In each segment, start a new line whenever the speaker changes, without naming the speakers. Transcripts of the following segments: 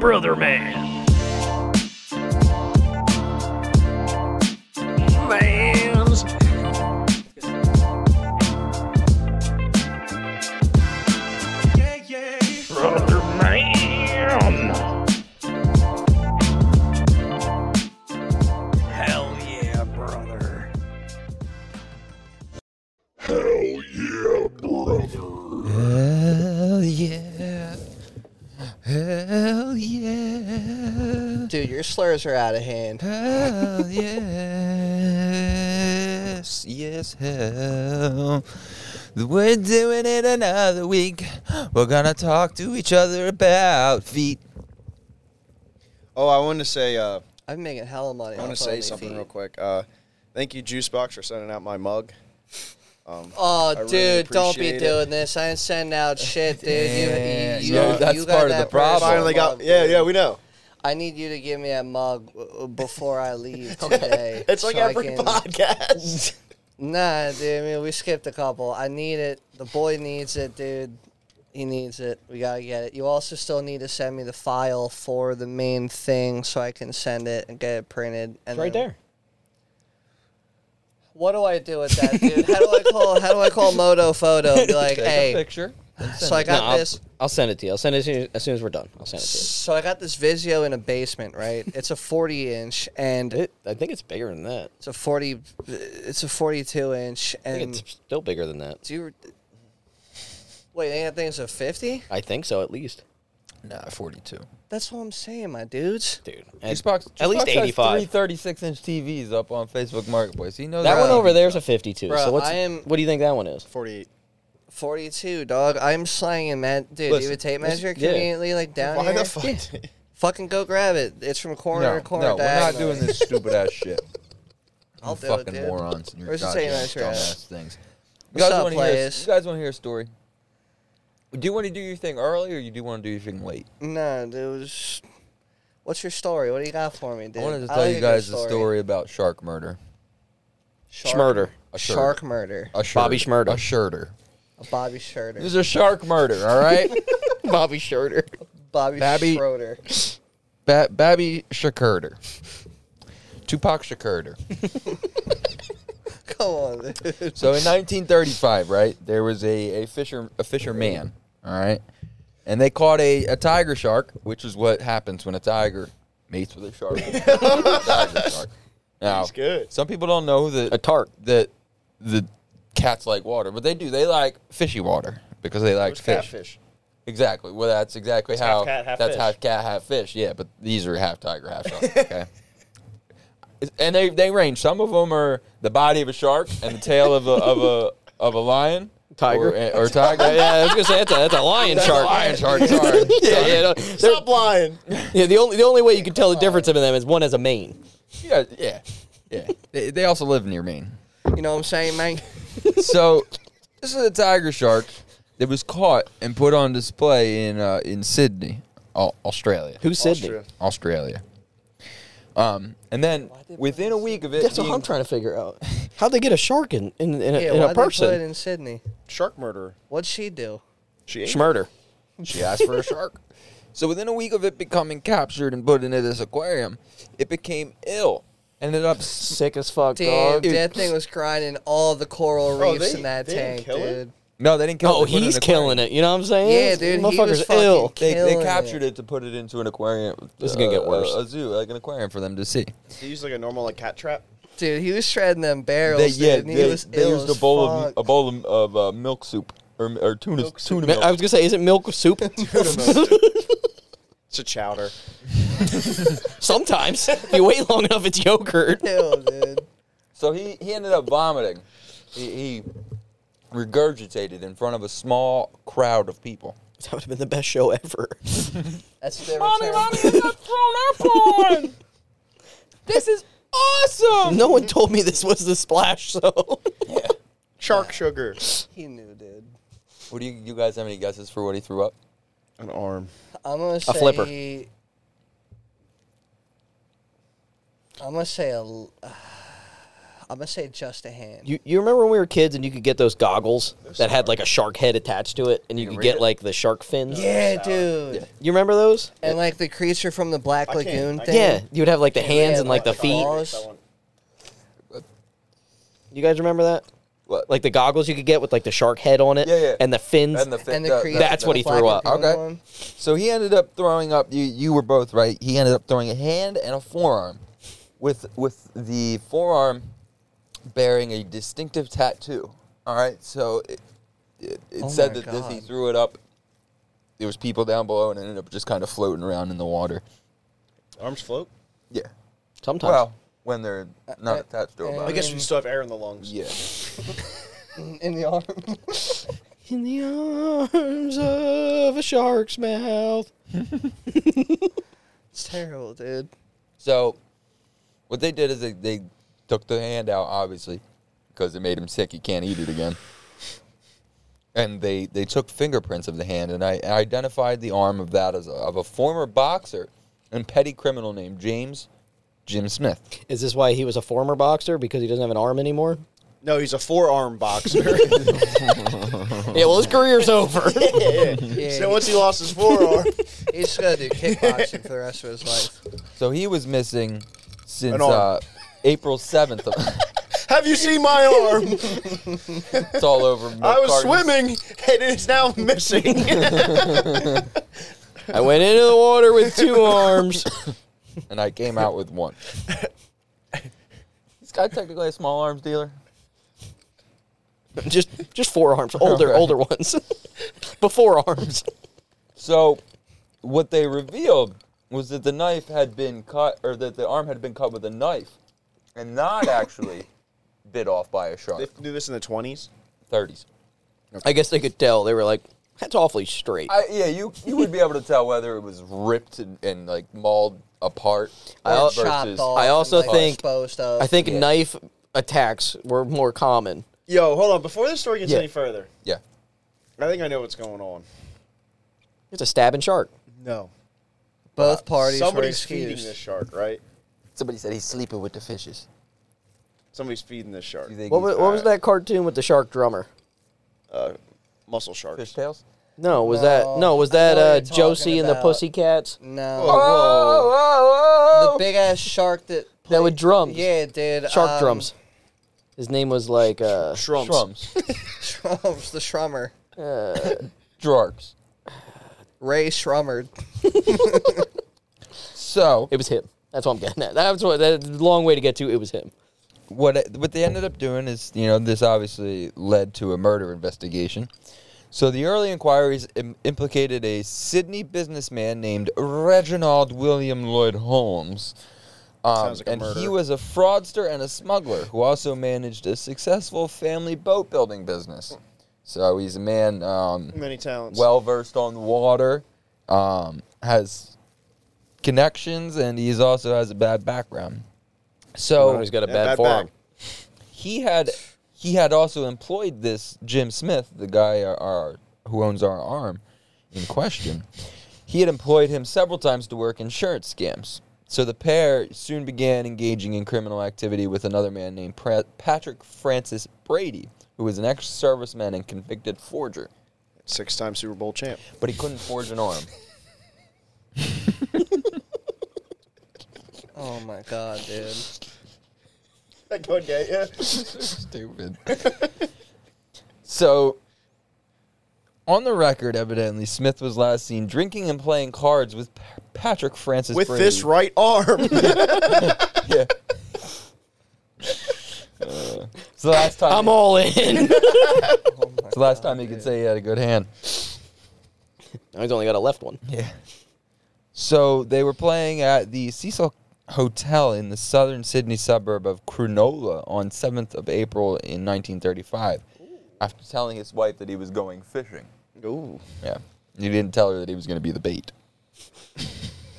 Brother Man. Mams. Brother Man. Hell yeah, brother.
Hell yeah. Hell yeah.
Dude, your slurs are out of hand.
Hell yes. Yes, hell. We're doing it another week. We're gonna talk to each other about feet.
Oh, I wanted to say, uh,
I'm making hella money.
I want
off
to say something
OnlyFeet.
real quick. Uh, thank you, Juicebox, for sending out my mug. Um,
Oh,
I really
dude, don't be
appreciate it.
doing this. I ain't sending out shit, dude.
Yeah,
you, you, you,
so
you
that's
got
part of
that
the problem.
personal
finally got,
mug,
yeah,
dude.
yeah, we know.
I need you to give me a mug uh, before I leave today.
It's like
so I
every
can-
podcast.
Nah, dude. I mean, we skipped a couple. I need it. The boy needs it, dude. He needs it. We gotta get it. You also still need to send me the file for the main thing so I can send it and get it printed. And
It's right
then-
there.
What do I do with that, dude? How do I call? How do I call Moto Photo? and Be like, hey.
picture.
So I got
I'll,
this.
I'll send it to you. I'll send it to you as soon as we're done. I'll send it to
So I got this Vizio in a basement, right? It's a 40 inch and
you. It, I think it's bigger than that.
it's a 40. It's a 42 inch
I
and
think it's still bigger than that.
do you? Wait, ain't that thing's a 50?
I think so, at least,
Nah, 42.
That's what I'm saying, my dudes.
dude. At,
Xbox,
at least eighty-five.
Three 36 inch TVs up on Facebook Marketplace. He knows
That one
about
over
these
there is a
stuff.
fifty-two.
Bruh,
so what's?
I am-
what do you think that one is?
48.
42, dog. I'm slanging, man. Dude, you
Listen,
have a tape measure
yeah.
conveniently, like down
Why
here.
the fuck?
Fucking go grab it. It's from corner
No,
to corner.
no, we're not
diagonally.
doing this stupid ass shit. You
I'll do it,
fucking
dude.
morons and your
Where's the
goddamn
same address?
dumbass things. You
What's
guys,
up,
wanna hear, a-
players?
you guys want to hear a story? Do you want to do your thing early or you do want to do your thing late?
No, dude. just- What's your story? What do you got for me, dude?
I wanted to
I
tell
like
you
good
guys a story about shark murder.
Shark-
Schmurder.
A shirter.
Shark murder.
A
Bobby
shirter.
Schmurder.
A shirter.
A Bobby
This
Schroeder.
is a shark murder, all right?
Bobby Schroeder.
Bobby,
Babby-
Schroeder.
ba- Babby Shakurder. Tupac Shakurder.
Come on, dude.
So in 1935, right, there was a, a fisher a fisherman, all right, and they caught a, a tiger shark, which is what happens when a tiger mates with a shark. tiger shark. Now,
That's good.
some people don't know that
A tart.
that the cats like water, but they do. They like fishy water because they like fish.
Catfish.
Exactly. Well, that's exactly
half
how
cat, half
that's
fish.
half cat, half fish. Yeah, but these are half tiger, half shark. Okay. It's- and they they range. Some of them are the body of a shark and the tail of a of a of a lion,
Tiger.
or, or tiger.
yeah, I was gonna say that's a, that's a lion
That's a
shark.
lion shark. Sorry.
yeah, yeah, no, they're-
Stop lying.
yeah. The only the only way you can tell the difference between them is one has a mane.
yeah, yeah, yeah. They, they also live near Maine.
You know what I'm saying, man?
So this is a tiger shark that was caught and put on display in uh, in Sydney, Au- Australia.
Who's Sydney?
Austria.
Australia. Um, and then within a week of it,
That's what
being-
I'm trying to figure out. How'd they get a shark in in, in a,
Yeah,
in
why'd they
a
put it
person?
in Sydney?
Shark murderer.
What'd she do?
She ate
Schmurder.
She asked for a shark. So within a week of it becoming captured and put into this aquarium, it became ill. Ended up s-
Sick as fuck,
Damn,
dog.
dude.
that thing was grinding all the coral
Oh,
reefs
they-
in that
they didn't
tank,
kill it?
dude.
no, they didn't kill.
Oh,
it. They put it in
he's
an
killing it. You know what I'm saying?
Yeah, dude, he was
Motherfucker's
fucking-
ill.
They, they
Killing
captured it. to put it into an aquarium.
This is gonna get
uh,
worse.
A, zoo, like an aquarium for them to see.
They use like a normal like cat trap.
Dude, he was shredding them barrels.
They, yeah,
dude, and
they,
he was
they
ill
used
as
a bowl
fuck.
of a bowl of, of uh, milk soup or, or tuna
Milk soup.
tuna
Ma-
milk.
I was gonna say, is it milk with soup?
It's a chowder.
Sometimes, if you wait long enough, it's yogurt.
Hell, dude.
So he, he ended up vomiting. He, he regurgitated in front of a small crowd of people.
That would have been the best show ever.
That's their return.
This is awesome.
no one told me this was the splash, so
Shark sugar.
He knew, dude.
What do you, you guys have any guesses for what he threw up?
An arm.
I'm gonna say
flipper.
I'm gonna say a. l- I'm gonna say just a hand.
You, you remember when we were kids and you could get those goggles that had like a shark head attached to it and you, could
read
get
it?
like the shark fins?
yeah, dude.
You remember those?
And like the creature from the Black
I can't-
Lagoon
I
thing.
Yeah. You would have like the hands
Yeah,
and like the
like the
feet.
balls.
You guys remember that?
What?
Like the goggles you could get with like the shark head on it
Yeah, yeah.
and the fins.
and the, fi-
And the
the-
creature.
That's
from
what
the
he
Black
threw up.
Lagoon
Okay.
one.
So he ended up throwing up. You you were both right. He ended up throwing a hand and a forearm, with with the forearm bearing a distinctive tattoo. All right. So it it, it
Oh
said
my
that this, he
God.
threw it up. There was people down below and it ended up just kind of floating around in the water.
Arms float.
Yeah.
Sometimes.
Well, when they're not
uh,
attached to a
uh,
body.
I guess we still have air in the lungs.
Yeah.
in the arm.
In the arms of a shark's mouth.
it's terrible, dude.
So, what they did is they, they took the hand out, obviously, because it made him sick. He can't eat it again. And they, they took fingerprints of the hand, and I I identified the arm of that as a, of a former boxer and petty criminal named James Jim Smith.
Is this why he was a former boxer because he doesn't have an arm anymore?
No, he's a forearm boxer.
yeah, well, his career's over.
Yeah,
so once he lost his forearm,
he's just gonna do kickboxing for the rest of his life.
So he was missing since
An arm.
uh, April seventh. it's
have you seen my arm?
all over. milk
I was
cartons.
swimming and it's now missing.
I went into the water with two arms.
and I came out with one. this guy technically a small arms dealer.
just just forearms, older
Okay.
older ones, before arms.
So, what they revealed was that the knife had been cut, or that the arm had been cut with a knife, and not actually bit off by a
they
shark.
do this in the twenties.
Thirties.
I guess they could tell. They were like, "That's awfully straight." I,
I, yeah, you you would be able to tell whether it was ripped and, and like mauled apart.
I al-
versus-
Chopped off
I also
and, like,
think-
disposed of.
think
Yeah.
knife attacks were more common.
Yo, hold on. Before this story gets
Yeah.
any further,
Yeah.
I think I know what's going on.
It's a stabbing shark.
No,
both parties were
somebody's feeding
excused.
this shark, right?
Somebody said he's sleeping with the fishes.
Somebody's feeding this shark.
You think
What was,
he's-
what was
uh,
that cartoon with the shark drummer?
Uh, muscle shark.
Fish tails.
No, was that no?
No,
Was
I know
that
what
uh,
you're talking
Josie and the
about.
Pussycats?
No, the big ass shark that played,
with drums.
Yeah, dude.
Shark
um,
drums. His name was like uh,
Shrumps.
Shrums.
Shrums, the Shrummer,
Drarks.
Ray Shrummer.
So
it was him. That's what I'm getting at. That's what that's a long way to get to. It was him.
what it- what they ended up doing is you know this obviously led to a murder investigation. So the early inquiries Im- implicated a Sydney businessman named Reginald William Lloyd Holmes. Um,
Sounds like a
and he
murder.
was a fraudster and a smuggler who also managed a successful family boat building business. So he's a man um,
Many talents.
well versed on the water, um, has connections, and he's also has a bad background. So
Oh, he's got a
Yeah,
bad,
bad
forearm.
back.
he had he had also employed this Jim Smith, the guy our, our- who owns our arm in question. He had employed him several times to work insurance scams. So the pair soon began engaging in criminal activity with another man named pra- Patrick Francis Brady, who was an ex-serviceman and convicted forger,
six-time Super Bowl champ.
but he couldn't forge an arm.
Oh my god, dude.
That go get you.
Stupid. so, on the record, evidently, Smith was last seen drinking and playing cards with Pa- Patrick Francis
With
Brady.
this right arm.
Yeah. Uh, it's the last time.
I'm all in.
It's the last time he could say he had a good hand.
Now he's only got a left one.
Yeah. So they were playing at the Cecil Hotel in the southern Sydney suburb of Cronulla on 7th of April in 1935 after telling his wife that he was going fishing.
Ooh.
Yeah. He didn't tell her that he was going to be the bait.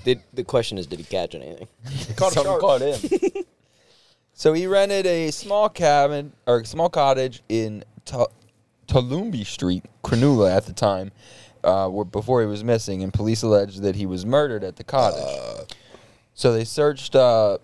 Did the question is, did he catch anything?
Caught a
Something
shark.
caught him. so he rented a small cabin or a small cottage in Tu- Tullumbee Street, Cronulla at the time, uh, where- before he was missing, and police alleged that he was murdered at the cottage. so they searched uh,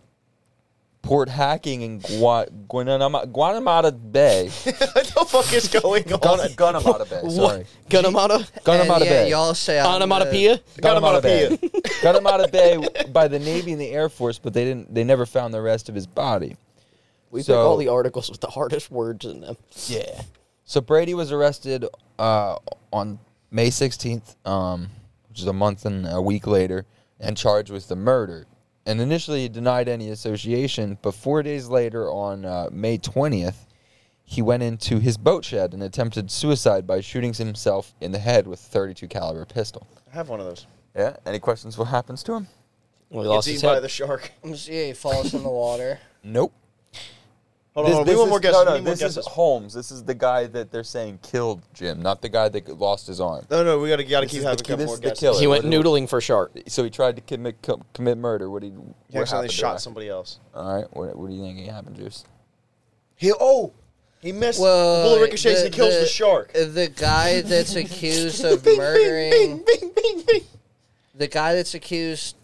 port hacking in Gua- Guanama- Guanamata Bay.
what the fuck is going on?
Gun- Guanamata Bay, sorry.
Gunamata?
Guanamata
And, yeah,
Bay.
y'all say I'm the-
Onomatopoeia?
Guanamata Bay.
Guanamata
Guanamata Bay by the Navy and the Air Force, but they didn't. They never found the rest of his body.
We
So-
pick all the articles with the hardest words in them.
Yeah. So Brady was arrested uh, on May 16th, um, which is a month and a week later, and charged with the murder. And initially he denied any association, but four days later, on uh, May 20th, he went into his boat shed and attempted suicide by shooting himself in the head with a 32 caliber pistol.
I have one of those.
Yeah. Any questions? What happens to him?
We
It's
lost his
eaten by
head.
the shark.
I'm s- Yeah, he falls in the water.
Nope.
Hold on, hold on. We need one more guess.
No,
we
no.
need more
This is
guesses.
Holmes. This is the guy that they're saying killed Jim, not the guy that lost his arm.
No, no, we gotta, gotta
This
keep
is
having
the
a
key-
couple
this
more
is the
guesses.
killer.
he went
What did-
noodling for shark.
So he tried to commit co- commit murder. What do you?
He
what
accidentally
happened to
shot
that?
somebody else.
All right. What, what do you think happened, Juice?
He oh, he missed.
Well,
the bullet ricochets and he kills the, shark.
The guy that's accused of murdering.
bing, bing, bing.
the guy that's accused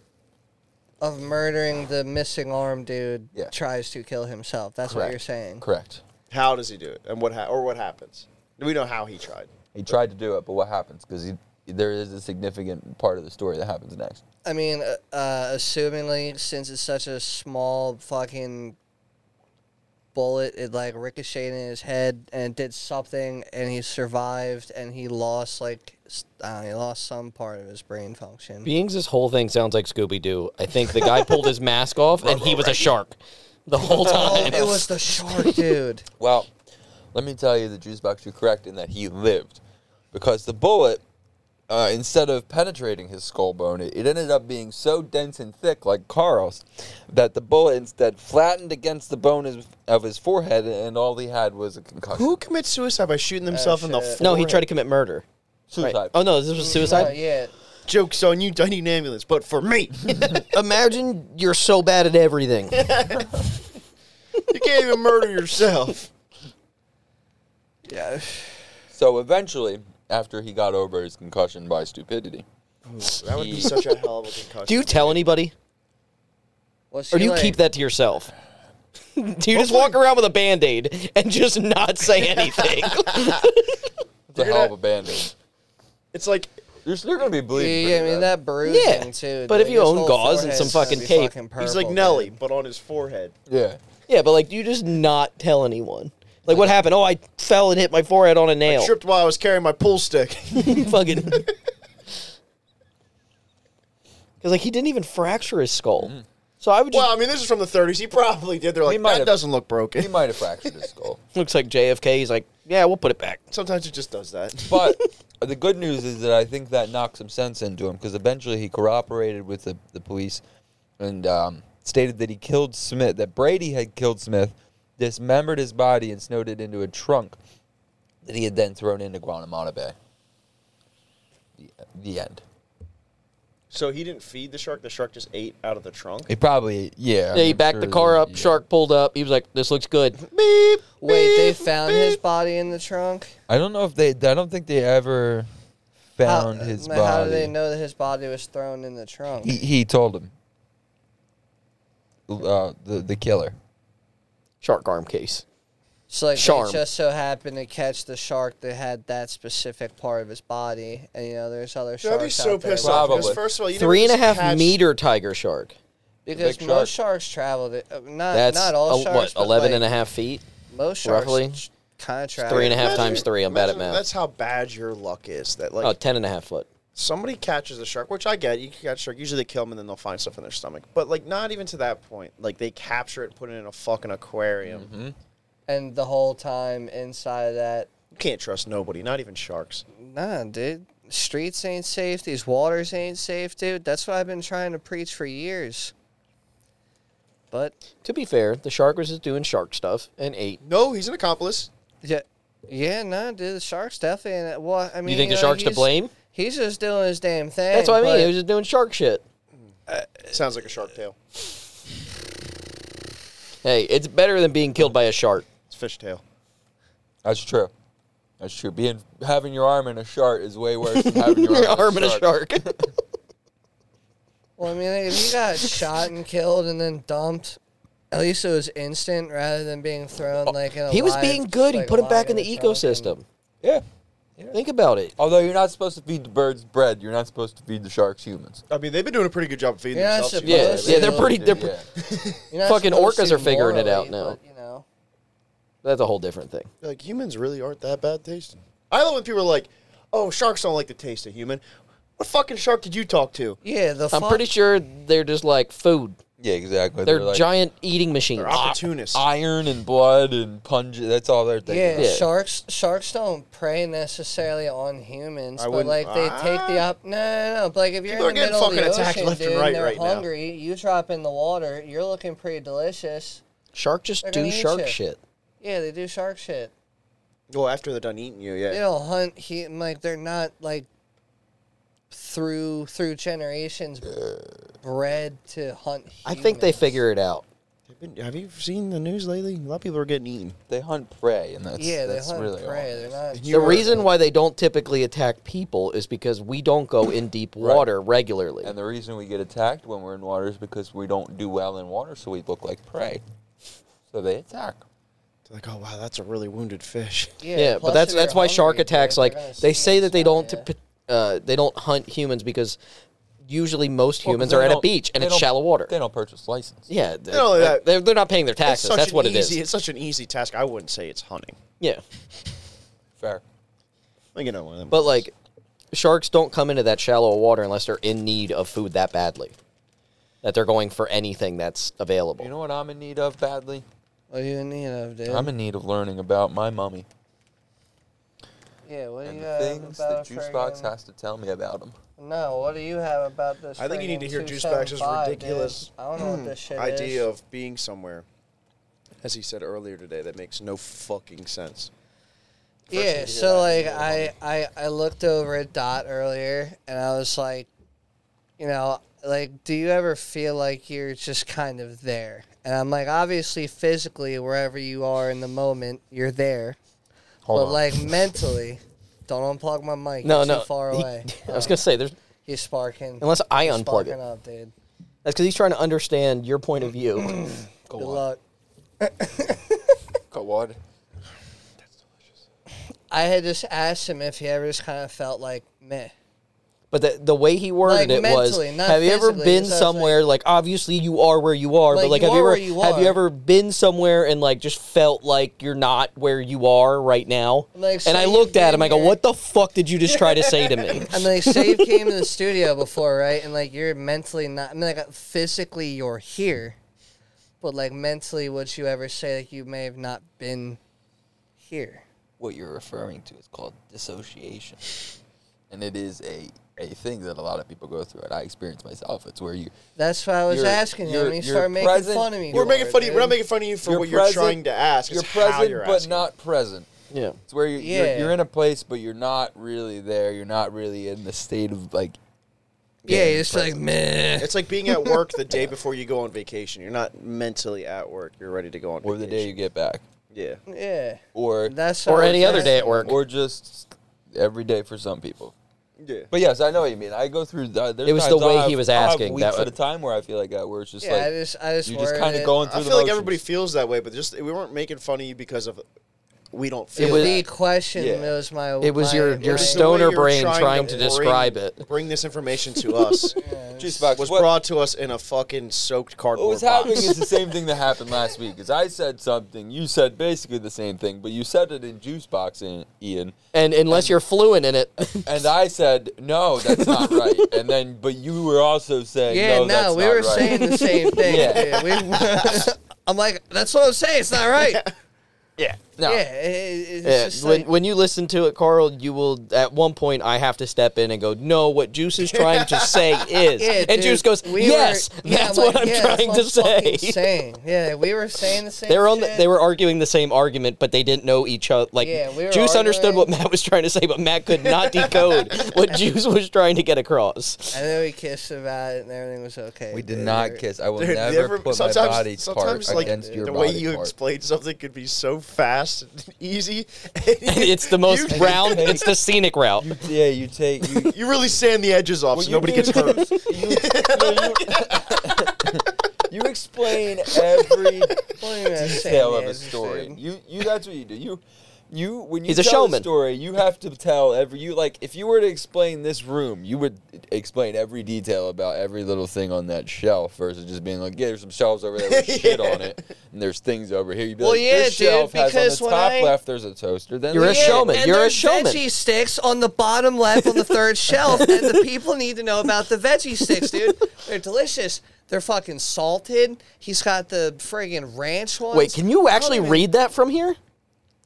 of murdering the missing arm dude
Yeah.
tries to kill himself. That's what
Correct.
you're saying.
Correct.
How does he do it, and what ha- or what happens? We know how he tried.
He tried to do it, but what happens? Because there is a significant part of the story that happens next.
I mean, uh, uh, assumingly, since it's such a small fucking bullet, it like ricocheted in his head and it did something, and he survived, and he lost like s- I don't know, he lost some part of his brain function.
Beings, this whole thing sounds like Scooby Doo. I think the guy pulled his mask off and he was a shark the whole
oh,
time.
it was the shark dude.
Well, let me tell you, the juice box. You're correct in that he lived, because the bullet, uh, instead of penetrating his skull bone, it, it ended up being so dense and thick, like Carl's, that the bullet instead flattened against the bone is- of his forehead, and all he had was a concussion.
Who commits suicide by shooting themselves in the
shit.
forehead?
no, he tried to commit murder. Right.
Suicide.
Oh, no, this was suicide?
Oh, yeah.
Jokes on you, I need an ambulance, but for me,
Imagine you're so bad at everything.
you can't even murder yourself.
Yeah.
So eventually, after he got over his concussion by stupidity,
That would be such a hell of a concussion.
Do you tell anybody?
Was
Or
he,
do you
like-
keep that to yourself? Do you just walk around with a band aid and just not say anything?
it's a hell of a bandage.
It's like
You're still gonna be bleeding.
Yeah, yeah I
pretty
mean
bad.
that bruising
Yeah,
too.
but if
dude,
you
his
own
whole
gauze and some
forehead's gonna
fucking
be
tape,
fucking
he's like
purple,
Nelly,
dude.
but on his forehead.
Yeah.
yeah, but like, do you just not tell anyone? Like, what happened? Oh, I fell and hit my forehead on a nail.
Tripped while I was carrying my pool stick.
Fucking. Because, like, he didn't even fracture his skull.
Mm.
So I would just.
well, I mean, this is from the 30s. He probably did. They're like,
might
that
have-
doesn't look broken.
He might have fractured his skull.
looks like JFK. He's like, yeah, we'll put it back.
Sometimes it just does that.
But the good news is that I think that knocked some sense into him because eventually he cooperated with the, the police and um, stated that he killed Smith, that Brady had killed Smith, dismembered his body, and snowed it into a trunk that he had then thrown into Guanamata Bay. The, the end.
So he didn't feed the shark. The shark just ate out of the trunk.
He probably, yeah.
Yeah, he backed the car up. Shark pulled up. He was like, this looks good.
Beep.
Wait, they
beep,
found
beep.
his body in the trunk.
I don't know if they. I don't think they ever found his
how
body.
do they know that his body was thrown in the trunk?
He, he told him. Uh, the the killer.
Shark arm case.
So like
Charm.
they just so happened to catch the shark that had that specific part of his body, and you know there's other
Dude,
sharks
I'd be so
out there.
pissed off because
Probably.
first of all, you never
Three and a
just
half
catch-
meter tiger shark.
because
big
most
shark.
sharks travel. To, uh, not
That's
not all
a-
sharks.
what, 11 and a half feet?
Most sharks
roughly?
kind of travel.
Three and a half
Imagine-
times three. I'm bad at
imagine
math.
That's how bad your luck is. That like
oh, 10 and a half foot.
somebody catches the shark, which I get. You can catch shark. Usually they kill them and then they'll find stuff in their stomach. But like not even to that point. Like they capture it, and put it in a fucking aquarium.
Mm-hmm.
And the whole time inside of that,
You can't trust nobody, not even sharks.
nah, dude. Streets ain't safe. These waters ain't safe, dude. That's what I've been trying to preach for years. But
To be fair, the shark was just doing shark stuff and ate.
No, he's an accomplice.
Yeah, yeah, no, dude. The sharks definitely. in it. Well, I mean,
think the
know,
sharks to
he's-
blame?
He's just doing his damn thing.
That's what I mean.
but
He was just doing shark shit.
Sounds like a shark tail.
Hey, it's better than being killed by a shark.
It's fish tail.
That's true. That's true. Being having your arm in a shark is way worse than having your arm,
Your arm
in
and a shark.
well, I mean, if you got shot and killed and then dumped, At least it was instant rather than being thrown like in a
Oh, He was
live-
being good.
like,
he put him
alive
back in the
a trunk and-
ecosystem.
Yeah.
Think about it.
Although you're not supposed to feed the birds bread, you're not supposed to feed the sharks humans.
I mean, they've been doing a pretty good job feeding
Yeah,
themselves.
I
too.
Yeah,
Supposedly.
yeah, they're pretty. They're pre-
Yeah.
You're not
Fucking
supposed
orcas
to
are figuring it out
morally,
now.
but, you know.
That's a whole different thing.
Like humans really aren't that bad tasting. I love when people are like, "Oh, sharks don't like the taste of human." What fucking shark did you talk to?
Yeah, the
I'm
fuck-
pretty sure they're just like food.
Yeah, exactly.
They're,
like
giant eating machines.
They're opportunists.
ah,
iron and blood and pungent. That's all they're thinking.
Yeah,
Yeah.
sharks sharks don't prey necessarily on humans,
I
but
wouldn't-
like they take the
Ah.
up. No, no, no. But like if you're
People are
in the
getting
middle of the
fucking attacked
ocean,
left and
dude,
right
and they're
right now.
hungry, you drop in the water, you're looking pretty delicious.
Shark just
They're gonna
do
eat
shark
shit.
shit.
Yeah, they do shark shit.
Well, after they're done eating you, yeah.
They don't hunt. He like they're not like through through generations bred to hunt.
I think they
humans.
figure it out.
They've been- have you seen the news lately? A lot of people are getting eaten.
They hunt prey, and that's
Yeah, they
that's
hunt
really all.
prey. They're not.
You
the
are-
reason why they don't typically attack people is because we don't go in deep water regularly.
And the reason we get attacked when we're in water is because we don't do well in water, so we look like prey. So they attack.
They're like, oh wow, that's a really wounded fish.
Yeah,
yeah, but
plus
that's
if you're
that's why shark
hungry, dude,
attacks.
they're
Like
gonna
they
sting
say
and
that they
stuff,
don't
yeah.
typ- uh, they don't hunt humans because usually most
Well, 'cause
humans
they
are at a
don't-
beach and
they
it's
don't-
shallow water.
They don't purchase license.
Yeah, they're,
only that-
they're, they're not paying their
It's
taxes.
such
That's
an
what it is.
easy, It's such an easy task. I wouldn't say it's hunting.
Yeah,
Fair.
Like, you know, um, one of them.
but like sharks don't come into that shallow of water unless they're in need of food that badly that they're going for anything that's available.
You know what I'm in need of badly?
What do you need of, dude?
I'm in need of learning about my mummy
yeah, what do
and
you
the
have
things
about
that
a
Juice Box
friggin-
has to tell me about them.
No, what do you have about this?
I think you need
friggin'
to hear Juice Box's
275, dude?
ridiculous
I don't know what this shit
idea
is.
of being somewhere, as he said earlier today, that makes no fucking sense.
Yeah, so like I, I I looked over at Dot earlier and I was like, you know, like do you ever feel like you're just kind of there? And I'm like, obviously physically wherever you are in the moment, you're there.
Hold
but
on.
like mentally, don't unplug my mic.
no,
it's
no,
too far
he-
away.
I was gonna say there's
He's sparking.
unless I
You're
unplug
sparking
it.
up, dude.
That's because he's trying to understand your point of view. Go
Good
on.
luck.
Got what?
I had just asked him if he ever just kind of felt like meh.
But the, the way he worded
Like,
it
mentally,
was,
not
have you ever
physically,
been
it's not
somewhere like, obviously you are where you are, but
Like,
like
you
have you
are
ever
where you
have you
are.
ever been somewhere and like just felt like you're not where you are right now?
Like,
and
say
I
you've
looked at
been
him, I go,
here-
what the fuck did you just try to say to me?
I mean, like, say you came to the studio before, right? And like, you're mentally not. I mean, like, physically you're here, but like mentally, would you ever say like you may have not been here?
what you're referring to is called dissociation. And it is a, a thing that a lot of people go through, and I experience myself. It's where you
That's why I was
You're-
asking him.
you're-
and He
you're
started making
present-
fun of me.
We're
for
making
it,
fun of you. We're not
dude.
making fun of you for what
present-
you're trying to ask.
You're
It's how
present,
you're
but
asking.
not present.
yeah.
It's where you're,
Yeah.
you're you're in a place, but you're not really there. You're not really in the state of like.
Yeah, you're just like meh.
It's like being at work the day before you go on vacation. You're not mentally at work. You're ready to go on
Or the
vacation.
day you get back,
Yeah.
Yeah,
or
that's
Or
why I
any
was
other day at
asking.
work.
or just every day for some people.
Yeah.
But yes, I know what you mean. I go through. Uh, there's
It was the
times I'll
way he
have-
was
I'll have
asking
weeks at
that was-
a time where I feel like that, where it's just
Yeah,
like
I just, I just,
you're just
kind of
going
I
through the
feel like
motions.
everybody feels that way, but just we weren't making fun of you because of we don't feel
It was-
that.
The question
Yeah.
was my.
It was
my-
your-
my-
your
It was the
stone- stoner
way you were
brain trying to
bring-
describe it.
Bring this information to us.
Juice box.
was
what,
brought to us in a fucking soaked
what
cardboard
was happening
box.
is the same thing that happened last week. Is I said something, you said basically the same thing, but you said it in juice box, Ian- Ian.
And unless you're fluent in it,
And I said, "No, that's not right." And then, but you were also saying,
Yeah,
"No,
no,
that's
we
not
were
right."
saying the same thing.
Yeah.
dude. We- I'm like, that's what I'm saying. It's not right.
yeah, no,
Yeah, it- it- it's
yeah,
just
when,
like-
when you listen to it, Carl, you will, at one point, I have to step in and go, no, what Juice is trying to say is.
Yeah, dude,
and Juice goes,
we were-
yes,
yeah,
that's
like,
what I'm
yeah, that's
trying
what
to
I'm fucking
say.
saying. Yeah, we were saying the same.
They were on. The,
shit.
they were arguing the same argument, but they didn't know each other. Like
Yeah, we were
Juice understood what
arguing.
Matt was trying to say, but Matt could not decode what Juice was trying to get across.
And then we kissed about it, and everything was okay.
We did
dude.
not
We're-
kiss. I will
They're
never
never-
put my
sometimes-
body
sometimes,
part
like,
against your
the way
body
you
part.
explain something could be so fast and easy.
And it's the most
You-
round. It's the scenic route.
Yeah, you take. You,
You really sand the edges off so
you
nobody
do
gets hurt.
is You, no, you, You explain every
What do you mean I say
detail of a
yes,
story.
dude?
You you that's what you do. You you when you
He's a
tell
showman.
story, you have to tell every you like if you were to explain this room, you would explain every detail about every little thing on that shelf versus just being like, yeah, there's some shelves over there with shit on it, and there's things over here. You'd be
Well,
like,
yeah,
this shelf
dude,
has
because
on
when
the top
I-
left there's a toaster. Then
You're a
there's-
Yeah,
showman.
and
You're a
there's
showman.
Veggie sticks on the bottom left on the third shelf, and the people need to know about the veggie sticks, dude. They're delicious. They're fucking salted. He's got the friggin' ranch ones.
Wait, can you actually read that from here?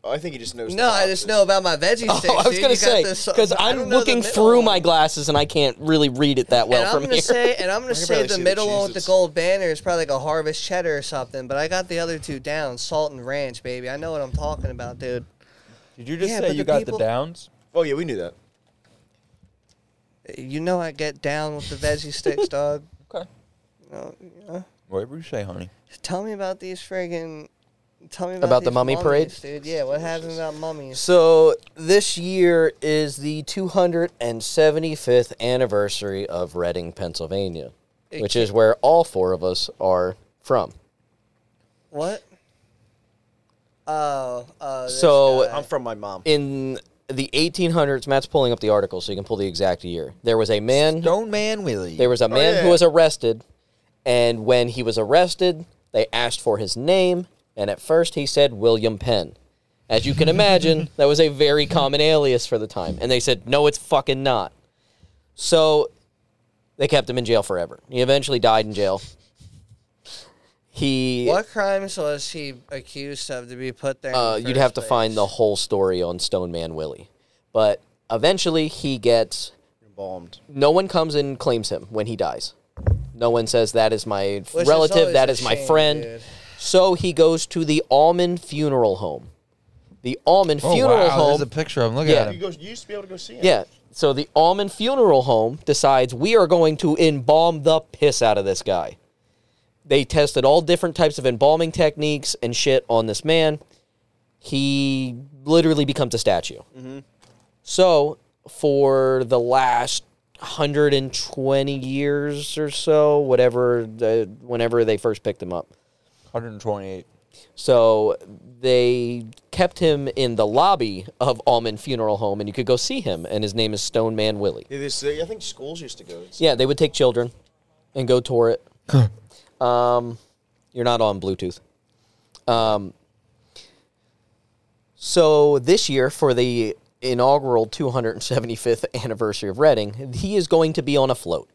Oh, I think he just knows. the
No, I just
boxes.
know about my veggie sticks.
Oh, I was
dude.
gonna
You got
say
this-
because
I
I'm
don't know the
looking
middle
through
one.
my glasses and I can't really read it that well
and I'm
from
gonna
here.
say, and I'm gonna
can
say
barely
the
see the
middle one with the
cheeses.
gold banner is probably like a harvest cheddar or something. But I got the other two down, salt and ranch, baby. I know what I'm talking about, dude.
Did you just
Yeah,
say
but
you
the
got
people-
the downs?
Oh yeah, we knew that.
You know I get down with the veggie sticks, dog.
Okay.
You know, you know.
Whatever you say, honey.
Tell me about these friggin' Tell me about,
About the
these
mummy parade?
mummies, dude. Yeah, what happened about mummies?
So this year is the 275th anniversary of Reading, Pennsylvania,
It
which
ca-
is where all four of us are from.
What? Oh, oh. this
So-
guy.
I'm from my mom.
Um, In the 1800s, Matt's pulling up the article so you can pull the exact year. There was a man.
Stone Man Willie.
There was a man
yeah,
who
yeah.
was arrested, and when he was arrested, they asked for his name, and at first he said William Penn. As you can imagine, that was a very common alias for the time, and they said, "No, it's fucking not." So they kept him in jail forever. He eventually died in jail. He
what crimes was he accused of to be put there? in
uh,
the
you'd
first
have to
place?
find the whole story on Stone Man Willie, but eventually he gets
Embalmed.
no one comes and claims him when he dies. No one says that is my
Which is
relative,
always
that
a
is my
shame,
friend.
dude.
So he goes to the Alman funeral home. The Alman
oh,
funeral
wow,
home.
There's a picture of him. Look
Yeah.
at
You,
him.
go, you used to be able to go see him.
yeah. So the Alman funeral home decides we are going to embalm the piss out of this guy. They tested all different types of embalming techniques and shit on this man. He literally becomes a statue. So for the last 120 years or so, whatever, the, whenever they first picked him up,
128.
so they kept him in the lobby of Almond Funeral Home, and you could go see him. And his name is Stone Man Willie.
Yeah, this- I think schools used to go. It's-
Yeah, they would take children and go tour it. um, you're not on Bluetooth. Um, so this year for the inaugural 275th anniversary of Reading, he is going to be on a float.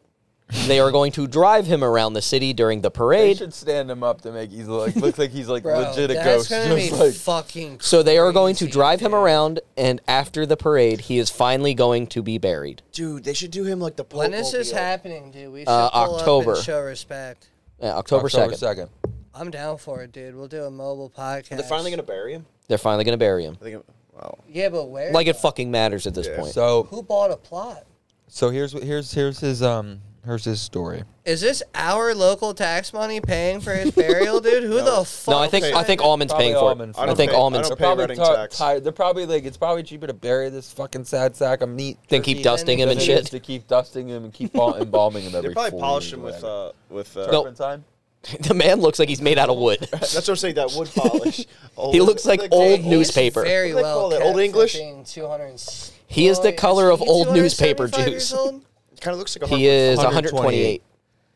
they are going to drive him around the city during the
They
parade.
should stand him up to make he's like look like he's like
Bro,
legit a
that's
ghost.
gonna be
just like-
fucking.
So they are going to
crazy,
drive him
dude.
around, and after the parade, he is finally going to be buried.
Dude, they should do him like the Pope.
When is this happening, dude? We should
Uh,
pull up
October.
and show respect.
Uh, October second,
second.
I'm down for it, dude. We'll do a mobile podcast.
They're finally gonna bury him.
they're finally going to bury him.
I think. it- Wow.
Yeah, but where?
Like it
though?
fucking matters at this
Yeah.
point.
So
Who bought a plot?
so here's what here's here's his um here's his story.
Is this our local tax money paying for his burial, dude? Who the fuck?
no, I think I think
all.
Almond's paying for
Probably Almond
it.
for
I
it.
think
I don't
Almond's.
They're
pay-
probably
writing
ti-
tax.
ti- They're probably like it's probably cheaper to bury this fucking sad sack of meat.
Then keep
turkey
dusting him
than
and
it is
shit.
To keep dusting him and keep bal- embalming him every.
They probably
four
polish
years
him
or
with
whatever.
uh with uh,
No.
turpentine.
The man looks like he's made out of wood.
That's what I'm saying. That wood polish. Old-
He looks like
what do they call
old
it?
He is
newspaper.
Very
What do they
well
call it,
kept
Old
for
English?
being 200
He is the
Well,
color of
he
old newspaper
275 years
juice.
old?
It kind of looks like a.
He
hardwood
is
floor.
128.
128.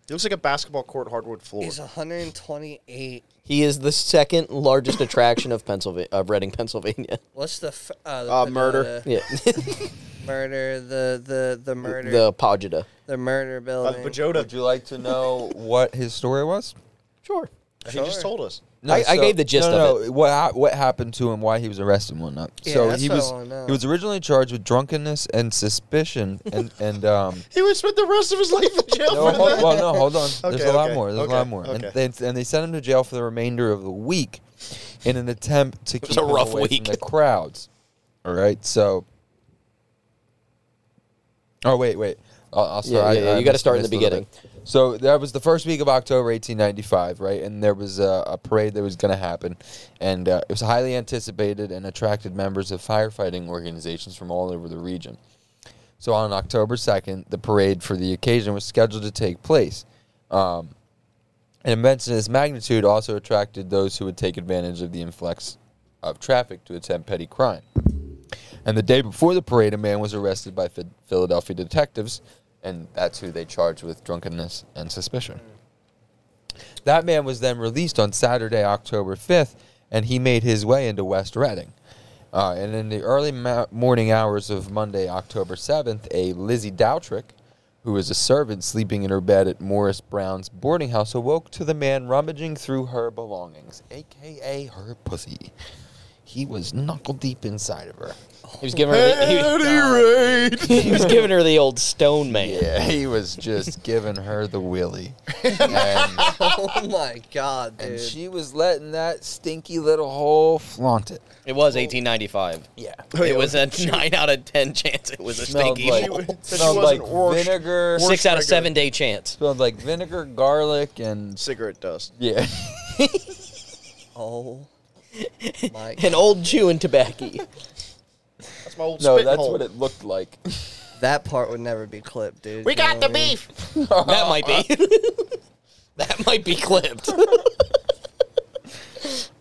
He looks like a basketball court hardwood floor.
He's 128.
He is the second largest attraction of Pennsylvania of Reading, Pennsylvania.
What's the f- uh,
Uh,
the
murder.
pagoda,
Yeah,
murder the the the murder
the
the,
Pajita.
murder
Uh,
building.
Would
Bajoda.
you like to know what his story was?
Sure.
He just told us.
I- I gave the gist
no, no,
of
no, What ha- what happened to him? Why he was arrested and whatnot?
Yeah,
so
that's
he
what I
was
wanna know.
he was originally charged with drunkenness and suspicion and and um.
He would spend the rest of his life in jail
No,
for
hold,
that.
well, no, hold on. There's
Okay,
a lot
okay,
more. There's
okay,
a lot more.
okay.
And, they, and they sent him to jail for the remainder of the week in an attempt to
was
keep
a
him
rough
away
week.
from the crowds. All right, so. Oh wait, wait. I'll, I'll
Yeah,
start.
yeah, yeah,
I,
you gotta
missed-
start in
missed
the
a little bit. So that was the first week of October 1895, right? And there was a, a parade that was going to happen, and uh, it was highly anticipated and attracted members of firefighting organizations from all over the region. So on October 2nd, the parade for the occasion was scheduled to take place. Um, An event in its magnitude also attracted those who would take advantage of the influx of traffic to attempt petty crime. And the day before the parade, a man was arrested by Phi- Philadelphia detectives, and that's who they charged with drunkenness and suspicion. That man was then released on Saturday, October 5th, and he made his way into West Reading. Uh, and in the early ma- morning hours of Monday, October 7th, a Lizzie Dowtrick, who was a servant sleeping in her bed at Morris Brown's boarding house, awoke to the man rummaging through her belongings, aka her pussy. He was knuckle deep inside of her.
He was giving her the, he, he was giving her the old stone man.
Yeah, he was just giving her the willy. And,
oh my god, dude.
and she was letting that stinky little hole flaunt it.
It was 1895.
Yeah.
It was a nine out of ten chance. It was a stinky
like,
hole.
She
smelled
was an
like
orange-
vinegar.
six out of
regular.
seven day chance.
Smelled like vinegar, garlic, and
Cigarette dust.
yeah.
oh my
An old Jew and tobacco.
That's my old
no,
spit
that's
hole.
what it looked like.
That part would never be clipped, dude.
We
You know
got
what I
the
mean?
beef.
that might be. that might be clipped.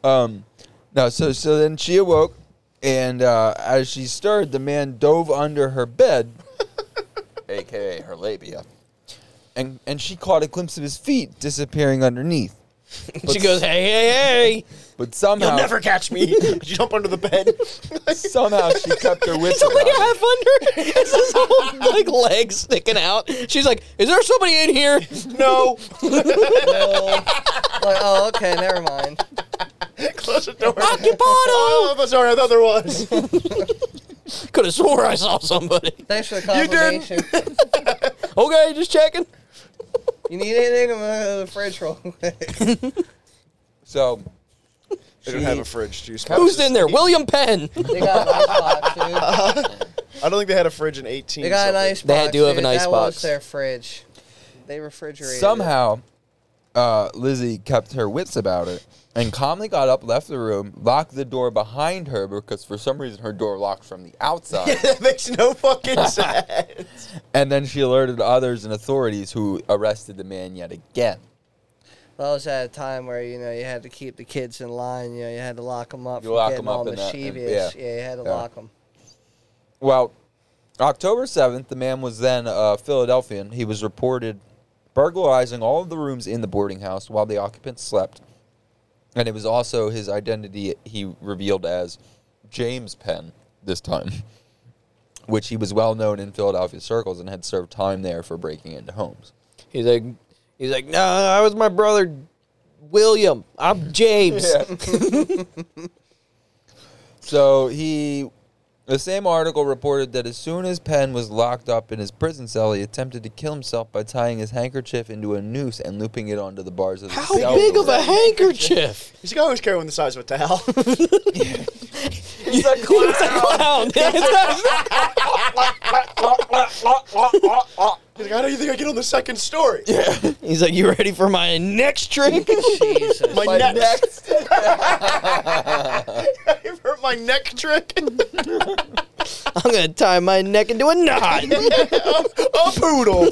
Um, no, so so then she awoke, and uh, as she stirred, the man dove under her bed, aka her labia, and and she caught a glimpse of his feet disappearing underneath.
she goes, hey, hey, hey.
But somehow,
You'll never catch me. Jump under the bed.
somehow she kept her wits
Somebody
about her.
half under. It's his whole like leg sticking out. She's like, is there somebody in here?
no.
Like, oh, okay, never mind.
Close the door.
Occupado.
Oh, I'm sorry. I thought there was.
Could have swore I saw somebody.
Thanks for the
You didn't.
confirmation. You,
Okay, just checking.
need anything? I'm uh, the fridge real quick.
So
I don't have a fridge. Do you suppose?
Who's in there? William Penn.
They got an icebox, dude.
I don't think they had a fridge in 18.
They got an
something.
icebox.
They had- do have
dude.
an
That
icebox.
was their fridge. They refrigerated. it.
somehow, uh, Lizzie kept her wits about her and calmly got up, left the room, locked the door behind her because for some reason her door locked from the outside.
that makes no fucking sense.
And then she alerted others and authorities who arrested the man yet again.
That was at a time where you know you had to keep the kids in line. You know you had to lock them up.
You
from
lock
getting
'em up
all
in that- in-
mischievous.
yeah.
yeah. you had to
Yeah.
lock 'em.
Well, October 7th, the man was then a Philadelphian. He was reported burglarizing all of the rooms in the boarding house while the occupants slept. And it was also his identity he revealed as James Penn this time, which he was well known in Philadelphia circles and had served time there for breaking into homes.
He's like, he's like, no, I was my brother, William. I'm James.
so he, the same article reported that as soon as Penn was locked up in his prison cell, he attempted to kill himself by tying his handkerchief into a noose and looping it onto the bars of the
How
cell
big of
door.
a handkerchief?
He's like, I always carry one the size of a towel.
He's a clown. Yeah, it's a-
He's like, how do you think I get on the second story?
He's like, you ready for my next drink?
Jesus.
My,
My
neck.
next.
You've hurt my neck trick.
I'm gonna tie my neck into a knot.
a poodle.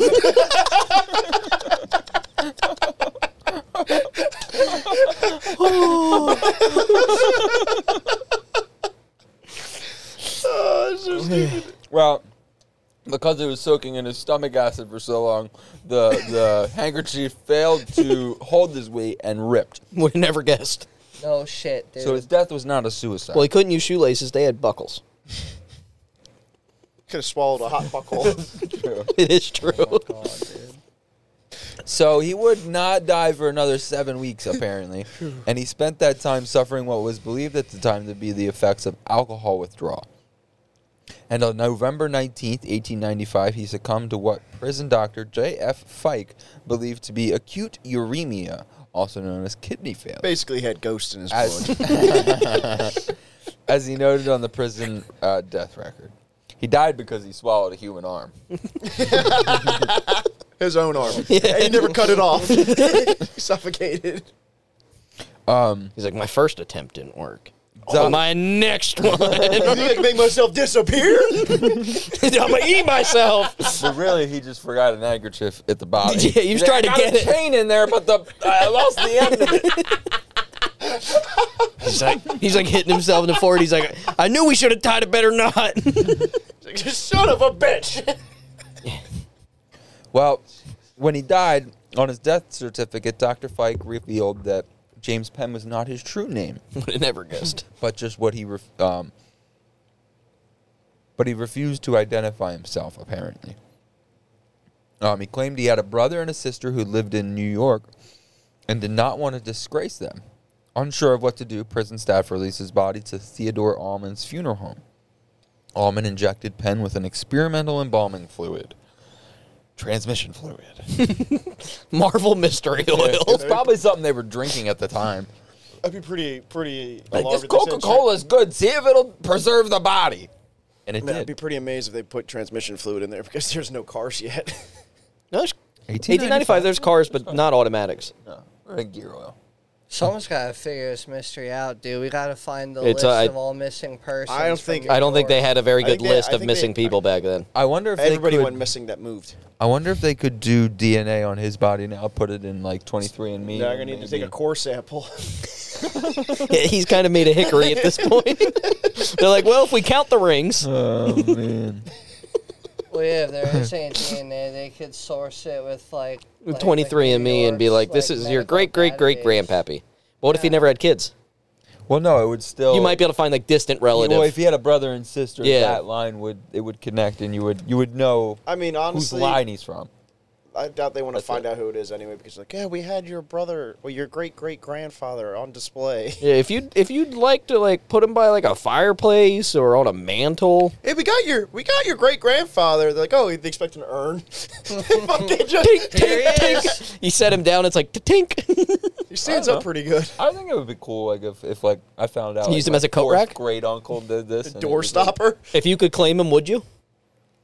oh, it's so stupid.
Well, because it was soaking in his stomach acid for so long, the the handkerchief failed to hold his weight and ripped.
Would have never guessed.
No shit, dude.
So his death was not a suicide.
Well, he couldn't use shoelaces; they had buckles.
Could have swallowed a hot buckle.
It is true.
God, dude.
So he would not die for another seven weeks, apparently. and he spent that time suffering what was believed at the time to be the effects of alcohol withdrawal. And on November 19th, 1895, he succumbed to what prison doctor J.F. Fike believed to be acute uremia, also known as kidney failure.
Basically, had ghosts in his blood.
As, as he noted on the prison uh, death record, he died because he swallowed a human arm.
His own arm. And he never cut it off. Suffocated.
Um,
He's like, my first attempt didn't work.
So-
Oh my next one.
You think I can make myself disappear?
I'm gonna eat myself.
But really, he just forgot an handkerchief at the bottom.
Yeah, he was
He's like,
trying to
"I got
get
a
it."
chain in there, but the I lost the end of it.
He's like, he's like hitting himself in the forehead. He's like, I knew we should have tied it better not.
Son of a bitch.
Well, when he died on his death certificate, Dr. Fike revealed that James Penn was not his true name,
Would have never guessed.
but just what he ref- um, but he refused to identify himself apparently. Um, he claimed he had a brother and a sister who lived in New York and did not want to disgrace them. Unsure of what to do, prison staff released his body to Theodore Allman's funeral home. Allman injected Penn with an experimental embalming fluid. Transmission fluid.
Marvel mystery oil.
It's probably something they were drinking at the time.
I'd be pretty, pretty
Like,
alarmed
this
at this
Coca Cola is good. See if it'll preserve the body. And it
incident. I'd be
did.
pretty amazed if they put transmission fluid in there because there's no cars yet.
No, it's 1895. There's cars, but not automatics.
No, we're in gear oil.
Someone's got to figure this mystery out, dude. We got to find the
It's,
list
uh, I-
of all missing persons.
don't
from
think-
New
I don't
York.
think they had a very
I
good
think they-
list
I
of
think
missing
they-
people back then.
I wonder if
Everybody
they could.
went missing that moved.
I wonder if they could do DNA on his body now. Put it in like 23andMe.
Now I'm gonna need to take a core sample.
He's kind of made a hickory at this point. They're like, well, if we count the rings,
Oh man.
Well, yeah, if there is any DNA, they could source it with like
with
like-
23 and
New
me, and be
York's,
like, this is your
medical
great great great
database.
grandpappy. What if he never had kids?
well, no, it would still.
You might be able to find like distant relative.
Well, if he had a brother and sister,
Yeah.
that line would it would connect, and you would you would know
I mean,
whose
honestly,
line he's from.
I doubt they want to
That's
find
it.
out who it is anyway because like, yeah, we had your brother or your great great grandfather on display.
Yeah, if you if you'd like to like put him by like a fireplace or on a mantle,
Hey, we got your we got your great grandfather. They're like, oh, they expect an urn. Fucking just-
tink,
There
tink,
he is.
tink. You set him down. It's like tink.
he stands up pretty good.
I think it would be cool, like if, if like I found out
You
like,
used him
my
as a coat
fourth
rack?
Great uncle did this. and it
Door
was, like,
stopper.
if you could claim him, would you?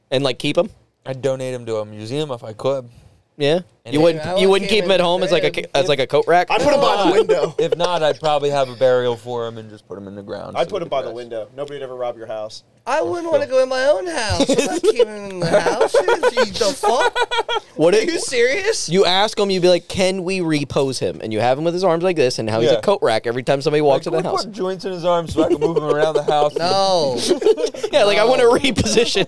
And like keep him?
I'd donate him to a museum if I could.
Yeah.
And
You
if-
wouldn't
I
you
would
wouldn't
keep
keep him
him
at home as like a
crib.
ca- as like a coat rack?
I put him by the window.
If not, I'd probably have a burial for him and just put him in the ground.
I
so
put
we
him
could
by the
rest.
window. Nobody'd ever rob your house.
I
Oh,
wouldn't want to go in my own house. I'm not keeping him in the house. You- the fuck?
What
Are
if
you serious?
you ask him, you'd be like, Can we repose him? And you have him with his arms like this and how he's
Yeah.
a coat rack every time somebody walks
Like,
in the
we
house.
put joints in his arms so I can move him around the house.
No,
Yeah, like I want to reposition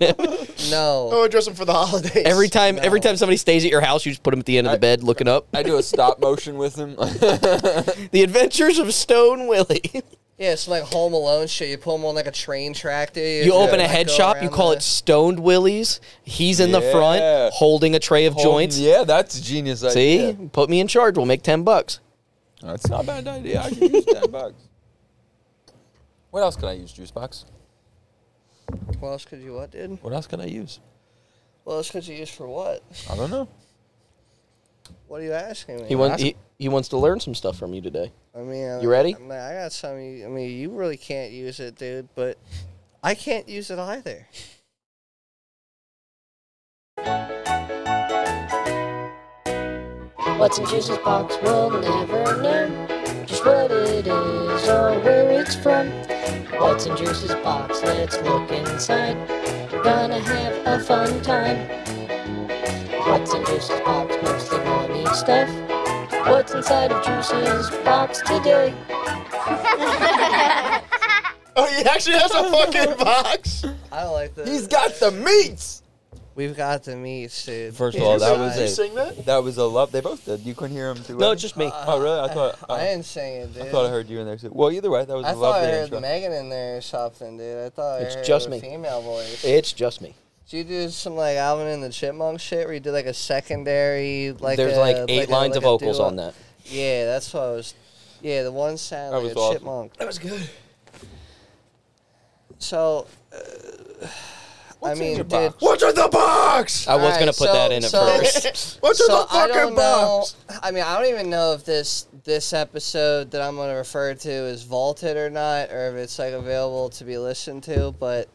him.
no.
Oh, I dress him for the holidays.
Every time every
No.
time somebody stays at your house, you just put him at the end of the bed looking up.
I do a stop motion with him.
The adventures of Stone Willie.
Yeah, it's like Home Alone shit. You pull him on like a train track, dude.
You open a
Like,
head
go
shop, you
around
call
the-
it Stoned Willie's. He's in the
Yeah.
front holding a tray of
Hold-
joints.
Yeah, that's a genius idea.
See? Put me in charge, we'll make ten bucks.
That's not a bad idea. I could use ten bucks. What else can I use, Juice Box?
What else could you what, dude?
What else can I use?
What else could you use for what?
I don't know.
What are you asking me?
He wants
ask
he, he wants to learn some stuff from you today.
I mean, I'm-
You ready?
I'm like, I got some. you- I mean, you really can't use it, dude. But I can't use it either.
What's in Juice's box, we'll never know. Just what it is or where it's from. What's in Juice's box, let's look inside. We're gonna have a fun time. What's in Juice's box, mostly mommy stuff. What's inside of Juice's box today?
Oh, he actually has a fucking box.
I like the.
He's got the meats.
We've got the meats, dude.
First of all, that was
Did you
a-
sing that?
That was a love. They both did. You couldn't hear him too.
No,
well?
it's just me.
Uh,
Oh really? I thought.
I
I,
didn't sing it, dude.
I thought I heard you in there. too. Well, either way, that was a
I thought I
lovely
heard
intro.
Megan in there or something, dude. I thought
It's
I heard
just
a
me.
female voice.
It's just me.
Did you do some like Alvin and the Chipmunk shit where you did like a secondary like
There's
a-
like eight
a-
lines
like
of
a
vocals
duo?
on that.
Yeah, that's what I was. Yeah, the one sound
That
like
was
a
awesome.
chipmunk.
That was good.
So, uh, I
What's in
mean,
your
dude,
box?
What's in the box?
I was
Alright,
gonna put
so-
that in at
so-
first.
What's in
so
the
I
fucking
don't know.
box?
I mean, I don't even know if this this episode that I'm going to refer to is vaulted or not, or if it's like available to be listened to. But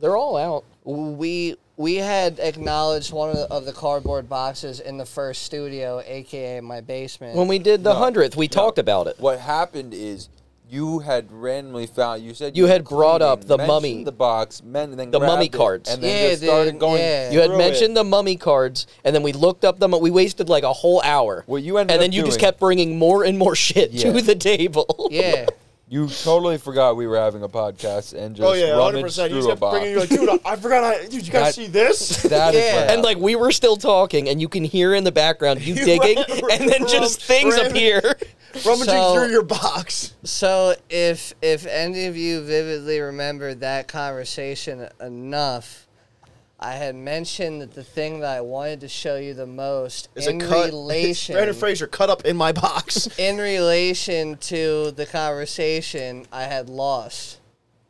They're all out.
we we had acknowledged one of the, of the cardboard boxes in the first studio, aka my basement.
When we did the hundredth, we talked about it.
What happened is you had randomly found. You said
You had brought up
cleaned,
the
mentioned
mummy.
the box, men, then
The mummy
grabbed it,
cards.
and then
Yeah,
just started
dude,
going.
yeah.
You had
through
mentioned
it.
the mummy cards, and then we looked up them. We wasted like a whole hour.
What you ended
and then
up
you just
doing-
kept bringing more and more shit
Yeah.
to the table.
Yeah.
You totally forgot we were having a podcast and just
Oh yeah, hundred
rummaged
percent. You
through
just
a
kept
box.
bringing you like, dude, I forgot. I, dude, you
That-
guys see this?
That is what
Yeah.
And like we were still talking, and you can hear in the background you
You
digging,
ram-
and then just
ram-
things
ram-
appear.
rummaging
So-
through your box.
So if if any of you vividly remember that conversation enough, I had mentioned that the thing that I wanted to show you the most
Is
in
a cut.
relation
Brandon Fraser cut up in my box.
in relation to the conversation I had lost.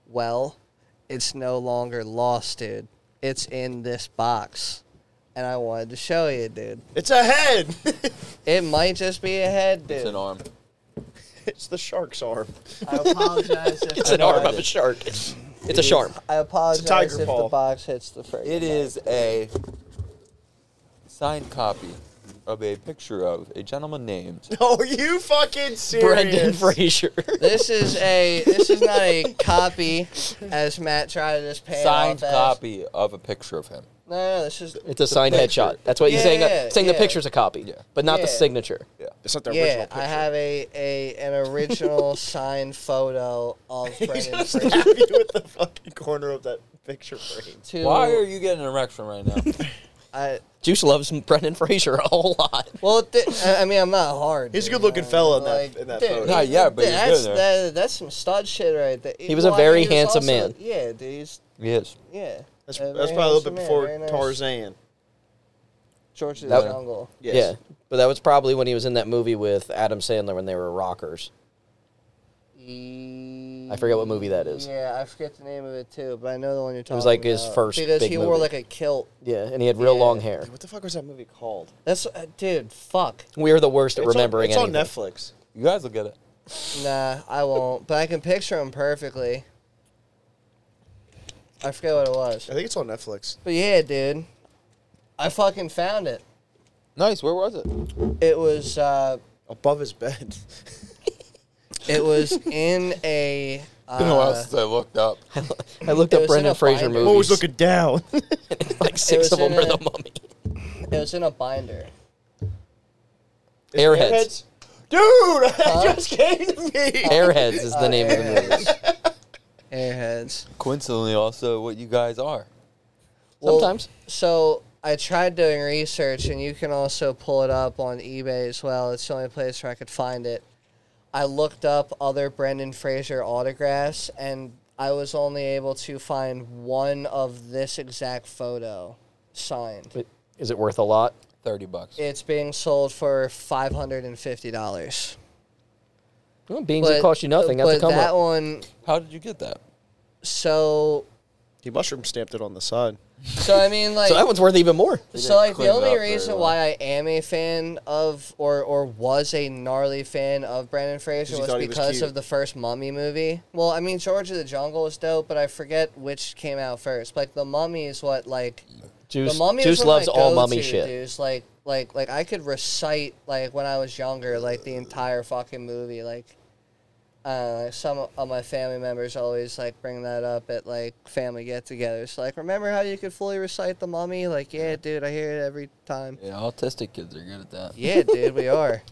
Well, it's no longer lost, dude. It's in this box. And I wanted to show you, dude.
It's a head.
It might just be a head, dude.
It's an arm.
it's the shark's arm.
I apologize if
It's
I
an arm
tried
of a shark. It's a shark.
I apologize
tiger
if
paw.
the box hits the freaking.
It is a signed copy of a picture of a gentleman named.
Are you fucking serious?
Brendan Fraser.
This is a. This is not a copy, as Matt tried to just pay
Signed
it off
copy of of a picture of him.
As. No, no, this is.
It's a signed
picture.
headshot. That's what you're saying. uh,
Yeah,
saying the
yeah.
picture's a copy,
Yeah.
but not
Yeah.
the signature.
Yeah.
It's not the original
Yeah,
picture.
I have a, a an original signed photo of Brendan
Just
Fraser
stab you with the fucking corner of that picture frame.
to.
Why are you getting an erection right now?
I,
Juice loves Brendan Fraser a whole lot.
well, th- I I mean, I'm not hard.
He's a
dude,
good-looking
you know,
fella in that-
like,
in that
dude,
photo.
Nah, yeah, but
dude,
he's good
that's
there.
that, that's some stud shit right there.
was a
Well, I
very
mean, he was
handsome
also-
man.
Yeah, dude. He's
yes.
yeah.
That's,
a
that's
very
probably a little
handsome
bit
man,
before
very nice.
Tarzan.
George of the
That-
Jungle.
Yes.
Yeah, but that was probably when he was in that movie with Adam Sandler when they were rockers. I forget what movie that is.
Yeah, I forget the name of it too, but I know the one you're talking.
was, like, his
about.
first
because
big
he wore
movie.
like a kilt.
Yeah, and he had real
Yeah.
long hair.
What the fuck was that movie called?
That's uh, dude. Fuck.
We are the worst at remembering
It's on,
anything.
it's on Netflix.
You guys will get it.
Nah, I won't. but I can picture him perfectly. I forget what it was,
I think it's on Netflix.
but yeah, dude, I fucking found it.
Nice. Where was it?
It was uh,
Above his bed.
it was in a. Uh,
Been a while since I looked up.
I looked
It was
up
in
Brendan
a
Fraser
binder.
movies.
I'm always
down.
like six
was
of them
in
are
a-
the mummy.
it was in a binder.
Airheads.
Dude, that just came to me.
Airheads is the
Uh,
name of the movie.
Airheads.
Coincidentally, also what you guys are.
Well,
Sometimes.
So I tried doing research, and you can also pull it up on eBay as well. It's the only place where I could find it. I looked up other Brendan Fraser autographs, and I was only able to find one of this exact photo signed.
But is it worth a lot?
Thirty bucks.
It's being sold for five hundred and fifty dollars.
Well, beans that cost you nothing. That's a
But
come
that
up.
one,
How did you get that?
so
He mushroom stamped it on the side.
so I mean, like
So that one's worth even more.
So like the
clean it up
only
very
reason
well.
why I am a fan of or or was a gnarly fan of Brandon Fraser
'Cause you
was
thought he was
because
cute.
of the first Mummy movie. Well, I mean George of the Jungle was dope, but I forget which came out first. Like the Mummy is what like
Juice,
the Mummy
Juice
is one of
loves
my
all mummy
go-to,
shit.
dudes. Like like like I could recite like when I was younger like the entire fucking movie like. Uh, like some of my family members always like bring that up at like family get-togethers. Like, remember how you could fully recite the mummy? Like, yeah, dude, I hear it every time.
Yeah, autistic kids are good at that.
Yeah, dude, we are.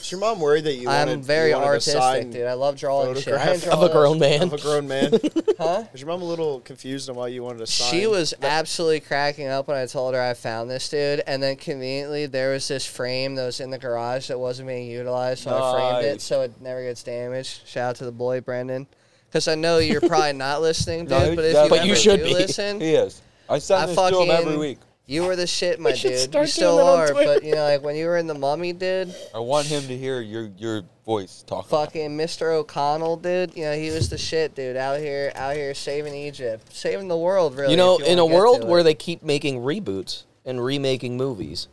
Is your mom worried that you wanted,
I'm very
you wanted a
artistic,
sign
dude. I love drawing shit. I
photograph
didn't
Of
draw
a grown man.
of a grown man?
Huh?
Is your mom a little confused on why you wanted a sign?
She was absolutely cracking up when I told her I found this dude, and then conveniently there was this frame that was in the garage that wasn't being utilized, so I framed it
Nice.
so it never gets damaged. Shout out to the boy Brendan, because I know you're probably not listening, dude.
No,
but if
that-
you
But
ever
you
should
do
be.
listen,
He is. I send
I
this to him every
fucking-
week.
you were the shit, my
should
dude. You
start
still
doing that on
are,
Twitter.
but you know, like when you were in the Mummy, dude.
I want him to hear your your voice talking.
fucking Mr. O'Connell, dude. You know, he was the shit, dude. Out here, out here saving Egypt, saving the world, really.
you know,
if
in a
wanna get
world
to
where
it.
they keep making reboots and remaking movies,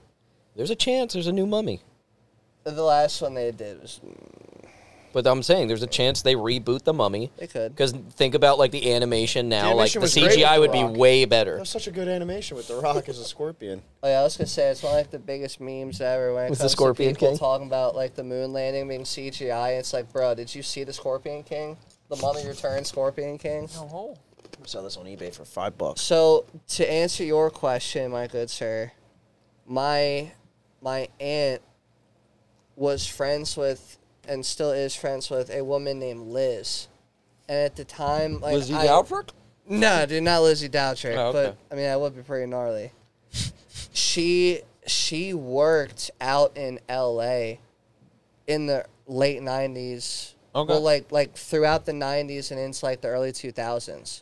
there's a chance there's a new mummy.
the last one they did was
But I'm saying there's a chance they reboot the mummy.
They could.
Because think about like the animation now,
animation
like
was
the
great with
CGI
The
would be
Rock.
way better.
That was such a good animation with The Rock as a scorpion.
Oh yeah, I was gonna say it's one of like the biggest memes ever when it
With the
comes
Scorpion
to people
King?
talking about like the moon landing being CGI. It's like, bro, did you see the Scorpion King? The Mummy Returns Scorpion King.
I saw this on eBay for five bucks.
So to answer your question, my good sir, my my aunt was friends with and still is friends with a woman named Liz, and at the time, like
Was he
I-
Alfred?
No, dude, not Lizzie Dowtrick.
Oh, okay.
But I mean, that would be pretty gnarly. she she worked out in L.A. in the late '90s.
Okay.
Well, like like throughout the '90s and into like the early 2000s.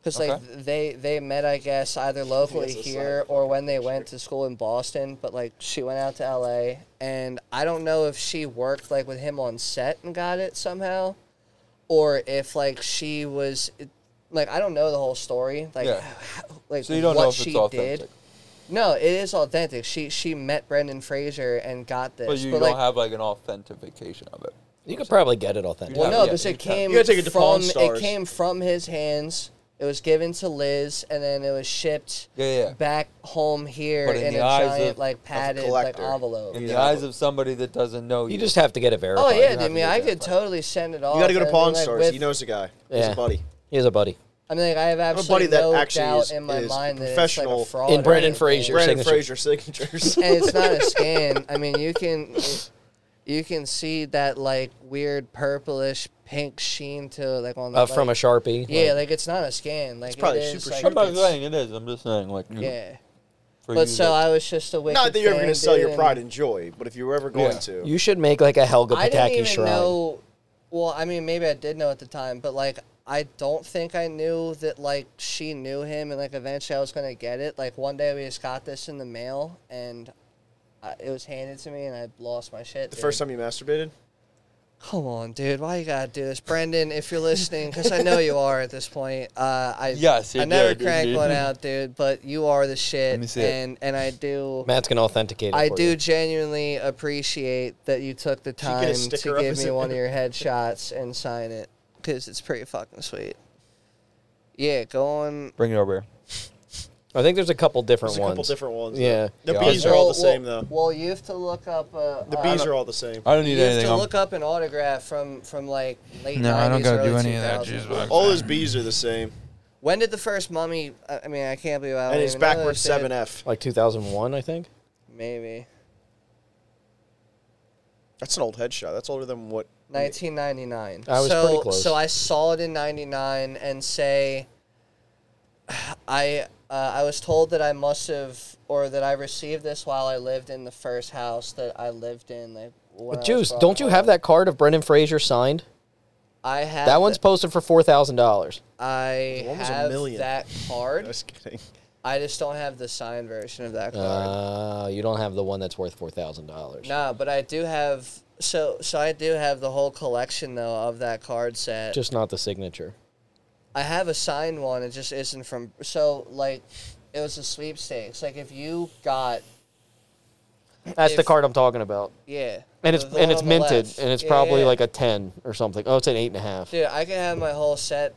Because like
Okay.
they they met, I guess, either locally here or when they went to school in Boston. But like she went out to L.A. and I don't know if she worked like with him on set and got it somehow or if like she was like I don't know the whole story like
Yeah.
how- like
So you don't
what
know if
she
it's authentic.
did. No, it is authentic. She she met Brendan Fraser and got this.
But you don't
like,
have like an authentication of it.
you could probably get it authentic.
Well,
well, no,
yeah,
because
you
it came
You gotta take it to Pawn
from it
Stars.
came from his hands. It was given to Liz, and then it was shipped
Yeah, yeah.
back home here
But
in,
in
a
the eyes
giant
of-
like padded like
collector.
envelope.
In the eyes of somebody that doesn't know you.
You just have to get it verified.
Oh
You
yeah,
don't
dude,
have
I
to
mean,
get
I
it
could
verified.
totally send it off.
You got to go to
I mean,
Pawn
like,
Stars.
Oh, with-
he knows the guy. He's
Yeah.
a buddy.
He's a buddy.
I mean, like, I have absolutely
that
no
actually
doubt
is-
in my
is
mind that it's like
professional
a fraud.
in
or
Brendan
anything.
Fraser. Your
Brandon
signature.
Fraser signatures.
and it's not a scan. I mean, you can you can see that like weird purplish pink sheen to it, like on the
Uh, from a
like-
sharpie.
Yeah,
like-
like, it's not a scan. Like it's
probably
it is,
super
like,
I'm not
it's-
saying it is. I'm just saying like. you-
Yeah,
for
but
you
so
to-
I was just a wicked.
Not that you're ever
fan,
going to sell
dude,
your
and
pride and joy, but if you were ever going
Yeah.
to,
you should make like a Helga
I didn't
Pataki
even
shrine.
know. Well, I mean, maybe I did know at the time, but like. I don't think I knew that like she knew him and like eventually I was gonna get it. Like one day we just got this in the mail and I, it was handed to me and I lost my shit.
the
dude.
first time you masturbated,
Come on, dude. Why you gotta do this, Brendan? If you're listening, because I know you are at this point. Uh, I
Yes,
I
you
never
did, dude.
crank one out, dude. But you are the shit,
Let me see it.
and and I do.
Matt's gonna authenticate it.
I
for
do
you.
genuinely appreciate that you took the
you get a
time
sticker
to
up
give
as
me
a-
one of your headshots and sign it, because it's pretty fucking sweet. Yeah, go on.
bring it over here.
I think there's a couple different
there's a
ones.
couple different ones.
Yeah.
though. The
Yeah.
bees are all
Well-
the same, though.
Well, you have to look up. Uh,
The
uh,
bees are all the same.
I don't need
You have
anything.
to
I'm-
look up an autograph from from like late.
No, I don't
90s,
gotta do
early Oh,
any of that,
2000s.
jeez, fuck.
All those bees are the same.
When did the first mummy? I I mean, I can't believe I. don't
And it's
even know
backwards
this, dude.
7F.
Like 2001, I think.
Maybe
That's an old headshot. That's older than what.
1999.
I was
so,
pretty close.
So I saw it in 99, and say, I uh, I was told that I must have, or that I received this while I lived in the first house that I lived in. Like, when I was
Juice,
brought
don't you have
up.
that card of Brendan Fraser signed?
I have
That one's posted for four thousand dollars.
I
The one was a
have
million.
that
I
card.
was kidding.
I just don't have the signed version of that card.
Uh, you don't have the one that's worth four thousand dollars.
Nah, but I do have so so I do have the whole collection though of that card set.
Just not the signature.
I have a signed one. It just isn't from so like it was a sweepstakes. Like if you got
That's the
If-
card I'm talking about.
yeah,
And it's
the
and
one
it's
on the
minted
left.
and it's
Yeah,
probably
yeah,
like a ten or something. Oh, it's an eight and a half.
yeah. dude. I could have my whole set.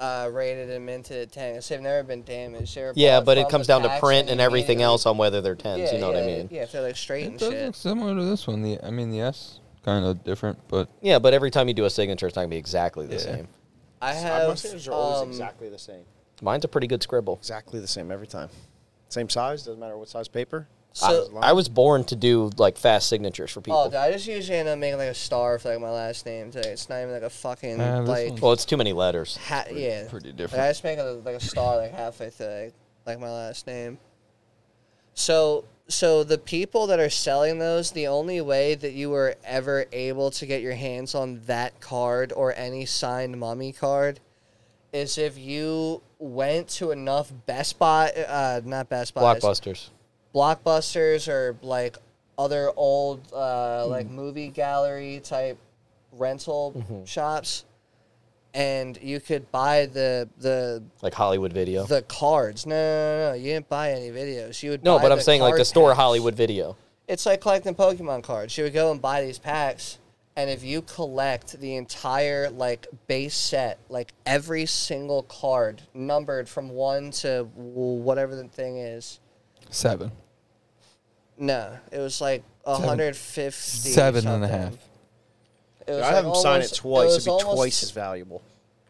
Uh, rated and minted at 10 because they've never been damaged. They were
yeah,
bought
but it
from
comes
the
down to
packs
print and everything
immediately-
else on whether they're tens. you know
yeah,
what I mean?
Yeah, if they're like straight
It
and
does
shit.
look similar to this one. The I mean the S kind of different, but
Yeah, but every time you do a signature, it's not gonna be exactly the
Yeah.
same.
I
My
have.
signatures are always
um,
exactly the same.
Mine's a pretty good scribble.
Exactly the same every time. Same size. Doesn't matter what size paper.
So,
I was born to do like fast signatures for people.
Oh, dude, I just usually end up making like a star for like my last name today. It's not even like a fucking
Yeah, Uh, this
like
one's
well, it's too many letters.
ha- yeah.
pretty
Like, I
different.
just make a, like a star like halfway through like, like my last name. So so the people that are selling those, the only way that you were ever able to get your hands on that card or any signed mummy card is if you went to enough Best Buy uh not Best Buy
Blockbusters.
blockbusters or like other old uh,
Hmm.
like movie gallery type rental
Mm-hmm.
shops and you could buy the the
like Hollywood Video.
the cards no no no, no. you didn't buy any videos you would
no,
buy
but I'm
the
saying like
card
the store
packs.
Hollywood Video.
it's like collecting pokemon cards you would go and buy these packs and if you collect the entire like base set, like every single card numbered from one to whatever the thing is,
Seven.
no, it was like a
Seven.
hundred fifty.
Seven and a half.
It was
I
like
have him sign it
almost-
twice.
was
It'd be
almost-
twice as valuable.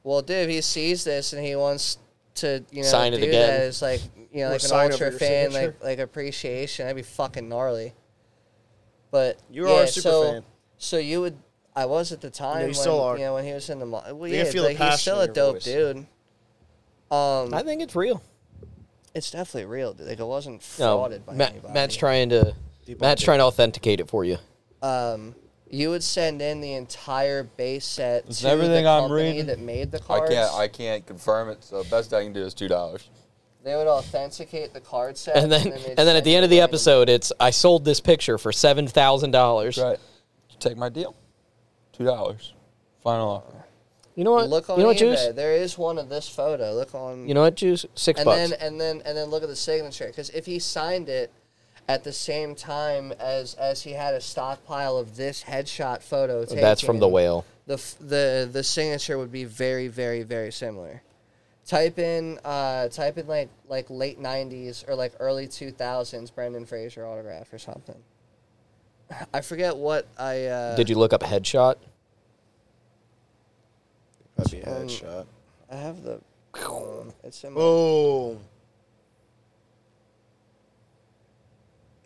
Well, dude, if he sees this and he wants to, you know,
Sign it
do
again.
that as like, you know,
Or
like an
sign over
ultra
your
fan,
signature.
like like appreciation, that'd be fucking gnarly. But
You
yeah,
are a super
so,
fan.
So you would, I was at the time.
you
when,
still are.
You know, when he was in the, mo- well,
You
yeah,
can feel the
but he's
passion
still
in
a
your
dope
voice.
dude. Um,
I think it's real.
it's definitely real. Dude. Like it wasn't
No,
frauded by
Ma-
anybody.
Matt's trying to
Debunk
Matt's
it.
trying to authenticate it for you.
um, you would send in the entire base set
Is
to
everything
the
I'm
company
reading-
that made the
I
cards.
can't. I can't confirm it. So best I can do is two dollars.
they would authenticate the card set,
And then
they'd
and then at
send
the end
you
of the
random-
episode, it's I sold this picture for seven thousand dollars.
Right. Take my deal. Two dollars. Final offer.
You know what?
Look on
you know what,
eBay.
Juice?
There is one of this photo. Look on.
You know what, Juice? Six
and
bucks.
then and then and then look at the signature because if he signed it at the same time as as he had a stockpile of this headshot photo, taken,
Oh, That's from the whale.
The f- the the signature would be very very very similar. Type in uh type in like like late '90s or like early 2000s Brendan Fraser autograph or something. I forget what I uh,
Did you look up headshot?
That'd be a headshot.
I have the. It's in my
Boom.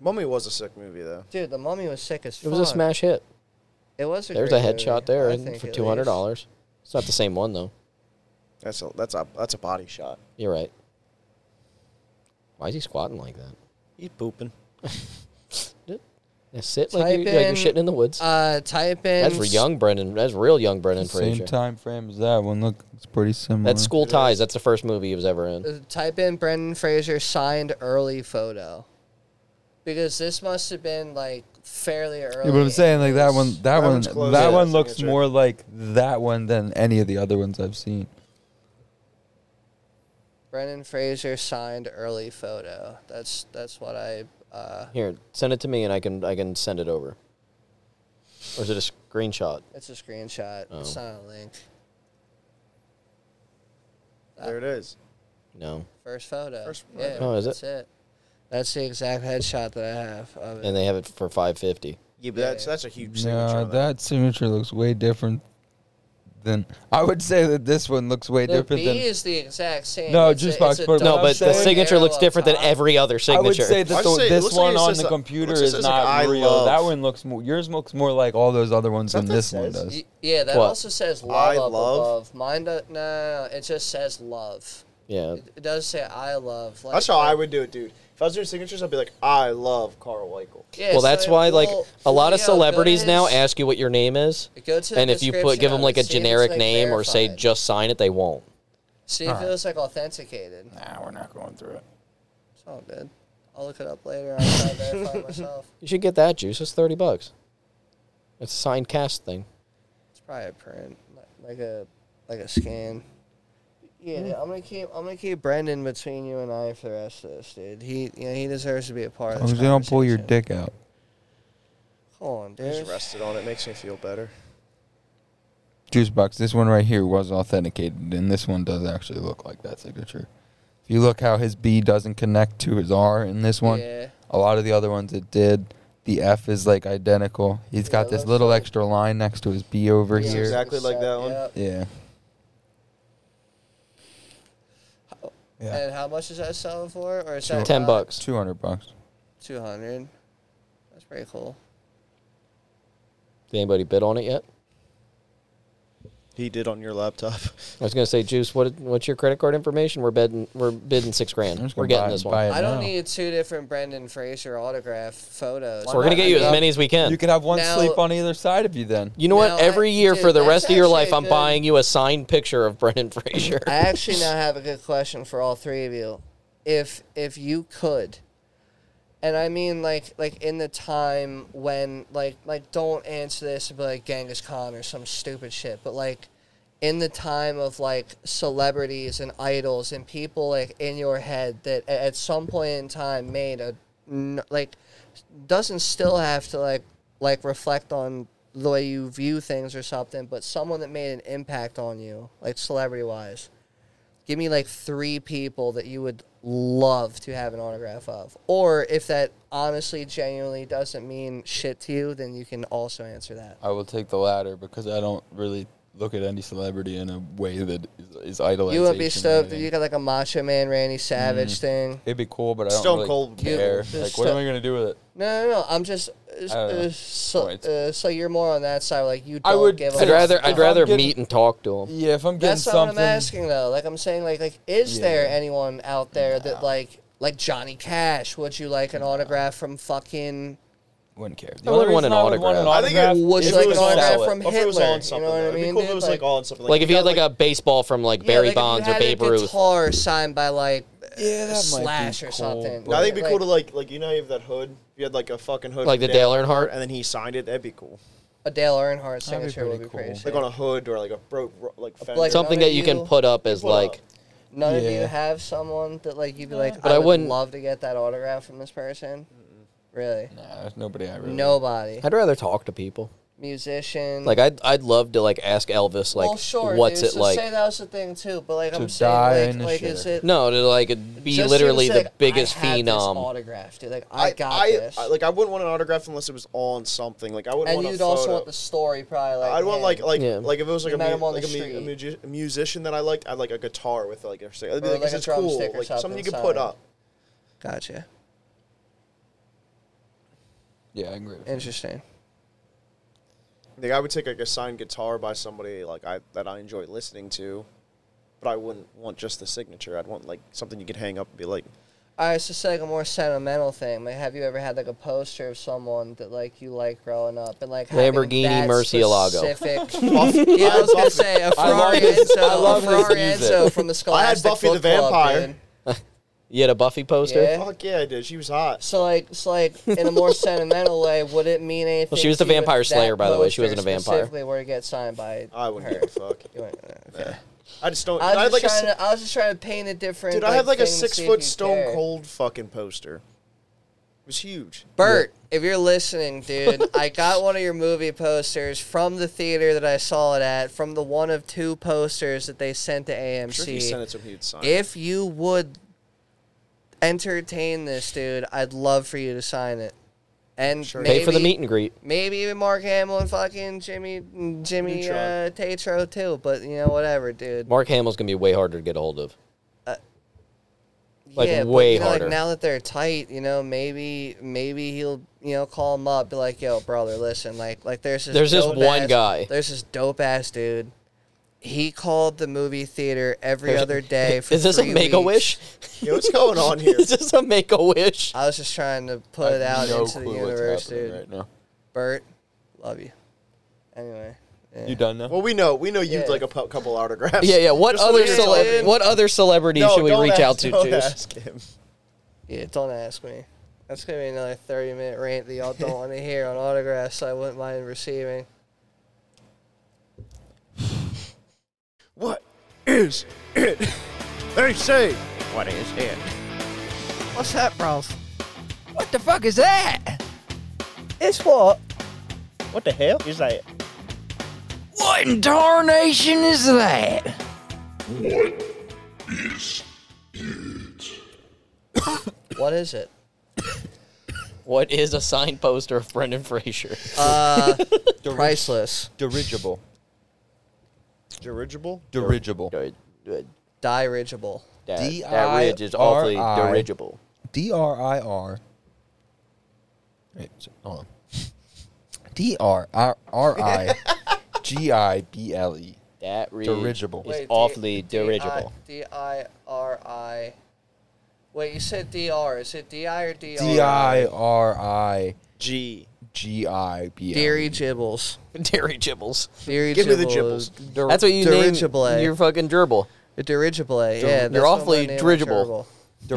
Mummy was a sick movie though.
Dude, the mummy was sick as
It
fuck.
was a smash hit.
It was a
There's a
great
headshot
movie,
there
I
and
think
for
at
two hundred
least.
dollars. It's not the same one though.
That's a that's a that's a body shot.
You're right. Why is he squatting like that?
He's pooping.
Yeah, sit like, you,
Type
like you're
in,
shitting in the woods.
Uh, type in.
That's for young Brendan. That's real young Brendan
Same
Fraser.
time frame as that one. Look, it's pretty similar.
That's School Ties. That's the first movie he was ever in.
uh, Type in Brendan Fraser signed early photo, because this must have been like fairly early.
Yeah, but I'm saying like that one. That,
That
one.
one's close
That
to
one
that
looks
signature.
more like that one than any of the other ones I've seen.
Brendan Fraser signed early photo. That's that's what I. Uh,
Here, send it to me, and I can I can send it over. Or is it a screenshot?
it's a screenshot. It's
Oh.
not a link.
There it is.
No.
First photo.
First photo.
yeah,
Oh, is it?
that's it? That's the exact headshot that I have of it.
And they have it for five fifty.
Yeah, but that's that's a huge signature.
No,
on that.
that signature looks way different than. I would say that this one looks way
the
different
B
than.
is the exact same.
No,
It's a-
juice box,
it's a
but-
No,
I'm
double
but the
saying-
signature
arrow
looks
on
different than
top.
every other
I
signature.
would say that
I'd
the,
say it
this
looks like
one
it
on
says,
the
uh,
computer
looks like it
is
says,
not
like, I
real.
love.
That one looks more. Yours looks more like all those other ones than
That's what it
this one
says.
does.
Y- Yeah, that
What?
also says love.
I
up
love?
Above. Mine, do, no, it just says love.
yeah.
It, it does say I love. Like,
That's how I would do it, dude. If I was doing signatures, I'd be like, I love Carl Weichel.
Yeah,
Well,
so
that's
it
why like
will-
a lot of
yeah, go to
celebrities now
his-
ask you what your name is,
Go to the
and if you put give
description
them
of
like
it,
a
see if it's,
generic
like,
name or say
verified.
just sign it, they won't.
see if it was like authenticated.
Nah, we're not going through it.
It's all good. I'll look it up later. I'll try to verify it myself.
You should get that juice. It's thirty bucks. It's a signed cast thing.
It's probably a print, li- like a like a scan. Yeah,
Hmm.
dude, I'm gonna keep I'm gonna keep Brendan between you and I for the rest of this, dude. He you know, he deserves to be a part of
As
this.
long as they don't pull your
conversation.
dick out.
Come on,
I
dude.
just rested on it. Makes me feel better.
Juice box. This one right here was authenticated, and this one does actually look like that signature. If you look how his B doesn't connect to his R in this one,
Yeah.
a lot of the other ones it did. The F is like identical. He's got this
Yeah, that's
little
right.
extra line next to his B over
Yeah,
here.
Exactly like that one.
Yep.
Yeah. Yeah.
And how much is that selling for? Or is
Two-
that
Ten bucks.
Two hundred bucks.
Two hundred. That's pretty cool.
Did anybody bid on it yet?
He did on your laptop.
I was gonna say, Juice, what what's your credit card information? We're bidding we're bidding six
I'm
grand.
just
We're
gonna
getting
buy-
this
buy
one.
it
I don't
now.
need two different Brendan Fraser autograph photos.
So we're gonna
not?
get you
I
as
mean,
many as we can.
You
You,
can have one
Now-
sleep on either side of you then.
know
No,
what?
I-
Every year
dude,
for the
that's
rest of your
actually
life,
a
I'm
good-
buying you a signed picture of Brendan Fraser.
I actually now have a good question for all three of you. If if you could, and I mean like like in the time when like like don't answer this and be like Genghis Khan or some stupid shit, but like in the time of like celebrities and idols and people like in your head that a- at some point in time made a n- like doesn't still have to like like reflect on the way you view things or something, but someone that made an impact on you, like celebrity wise. Give me like three people that you would love to have an autograph of. Or if that honestly, genuinely doesn't mean shit to you, then you can also answer that.
I will take the latter because I don't really look at any celebrity in a way that is, is idolization.
You would be
or
stoked if
anything.
you got like a Macho Man Randy Savage thing.
It'd be cool, but I don't
Stone
really
Cold would be
care.
cool.
Like, what am I gonna do with it?
No, no, no. I'm just uh,
don't know.
uh, so,
Right.
uh, so you're more on that side. Like you
I
don't
would
give.
I'd
a-
rather
If
I'd
I'm
rather
getting-
meet and talk to him.
Yeah, if I'm getting
That's what
something,
I'm asking though. Like I'm saying, like like is there anyone out there that like like Johnny Cash? Would you like an autograph from fucking?
wouldn't care. The
I wouldn't
only
want an
reason I would want
autograph.
I think I
Would
if
you
it
like an
was on
autograph
solid.
from
If it was
Hitler?
on
You
something,
know what
though.
I
It'd be
mean?
cool if
dude?
it was like all on something.
Like if you
got,
had like a baseball from like
Yeah,
Barry
like, if you
Bonds or
had a
Babe Ruth.
guitar signed by like
Yeah, that might be
Slash or
cool,
something.
but-
I think it'd be cool to like like you know you have that hood. If you had like a fucking hood,
Like
from
the Dale Earnhardt?
and then he signed it. That'd be cool.
a Dale Earnhardt
That'd be
signature would
pretty
be
cool.
crazy.
Like on a hood or like a broke ro- like fender.
like-
Something that you
you-
can put up as
Put up.
like
None of
Yeah.
you have someone that like you'd be like,
But
I,
I
would
wouldn't-
love to get that autograph from this person. Really?
Nah, there's nobody I really.
Nobody.
I'd rather talk to people.
Musician.
Like I'd I'd love to like ask Elvis
Hmm.
like
well, sure,
what's
dude,
it
so
like?
Say that was the thing too, but like
To
I'm saying,
die
like,
in the
like is
shitter.
it?
No, to like be
just
literally
even
the
say, like,
biggest
I have this
phenom.
autograph, dude. Like I, got
I,
this.
I- like I wouldn't want an autograph unless it was on something. Like I wouldn't.
and
want a
you'd also
photo.
want the story, probably. Like
I'd want
hey,
like like
Yeah.
like if it was like,
You
a,
met
mu-
him on
like
the
a, mu- a
street.
mugi- a musician that I liked, I'd like a guitar with like a. I'd be
Or
like,
like
this
a
is cool,
drumstick or
like something you
something
could put
signed.
up.
Gotcha.
Yeah, I agree. with you.
Interesting.
Like I would take like a signed guitar by somebody like I that I enjoy listening to, but I wouldn't want just the signature. I'd want like something you could hang up and be like,
All right, so Uh, it's like a more sentimental thing. Like, have you ever had like a poster of someone that like you like growing up and like having
Lamborghini
that
Murcielago.
specific-
Buff-
Yeah, I
had
was gonna
Buffy-
say a
I love
Ferrari
this-
Enzo,
I love
a
this
Ferrari
music.
Enzo from the
I had
Scholastic
Buffy the
Book Club,
Vampire.
dude.
You had a Buffy poster.
Yeah.
Fuck yeah, I did. She was hot.
So like, so like, in a more sentimental way, would it mean anything?
Well, she was the
to you if
vampire
that
slayer, by the way. She
poster
wasn't a vampire.
Specifically, were to get signed by
I wouldn't
her.
give a fuck.
You wouldn't, uh, okay.
I just don't.
I
I'd
was
like a,
just
s-
trying to, I was just trying to paint a different.
dude. I had like a
thing to see if
six foot
you
Stone
care.
Cold fucking poster. It was huge.
Bert, if you're listening, dude, I got one of your movie posters from the theater that I saw it at, from the one of two posters that they sent to
I'm sure if you
AMC.
sent it to him, he'd sign. it.
if you would entertain this, dude, I'd love for you to sign it. And maybe,
Pay for the meet and greet.
Maybe even Mark Hamill and fucking Jimmy Jimmy
Neutron.
uh, Tatro too. But you know, whatever, dude.
Mark Hamill's gonna be way harder to get a hold of. like,
yeah, but,
way
you know,
harder.
Like now that they're tight, you know, maybe maybe he'll you know call him up, be like, "Yo, brother, listen, like like there's this
There's this
dope
one
ass-
guy."
there's this dope ass dude. He called the movie theater every
There's-
other day. For
Is this a
three
make a
weeks.
wish?
Yo, what's going on here?
Is this a make a wish?
I was just trying to put
I
it out
have no
into the
clue what's
universe,
happening
dude.
Right now,
Bert, love you. Anyway, yeah.
you done now?
Well, we know, we know you'd
Yeah.
like a pu- couple autographs.
Yeah, yeah. What
Just
other
leave it alone.
cele- what other celebrity
No,
should we
don't
reach
ask-
out to?
Don't
Juice?
ask him.
Yeah, don't ask me. That's gonna be another thirty minute rant that y'all don't want to hear on autographs. So I wouldn't mind receiving.
What is it? They say. What is it?
What's that, bros?
What the fuck is that?
It's what?
What the hell is that?
What in tarnation is that?
What is it?
What is a signed poster of Brendan Fraser?
Uh,
Diri-
priceless.
Dirigible.
Dirigible?
Dirigible.
Dirigible.
D I R I. D R I R. Wait, so- hold on. D R I R I G I B L E.
That ridge
Dirigible.
is
Wait,
D-
awfully
D-
dirigible.
D I R I. Wait, you said D R. Is it D I or D R?
D I R I
G.
G I B L E.
Deary Gibbles.
Dairy gibbles.
Deary
Give me the
Gibbles. Dir-
That's what you
dirigible
name
A.
your fucking gerbil.
A dirigible A. Yeah, that's
you're
what my
awfully
name was,
dirigible.
gerbil.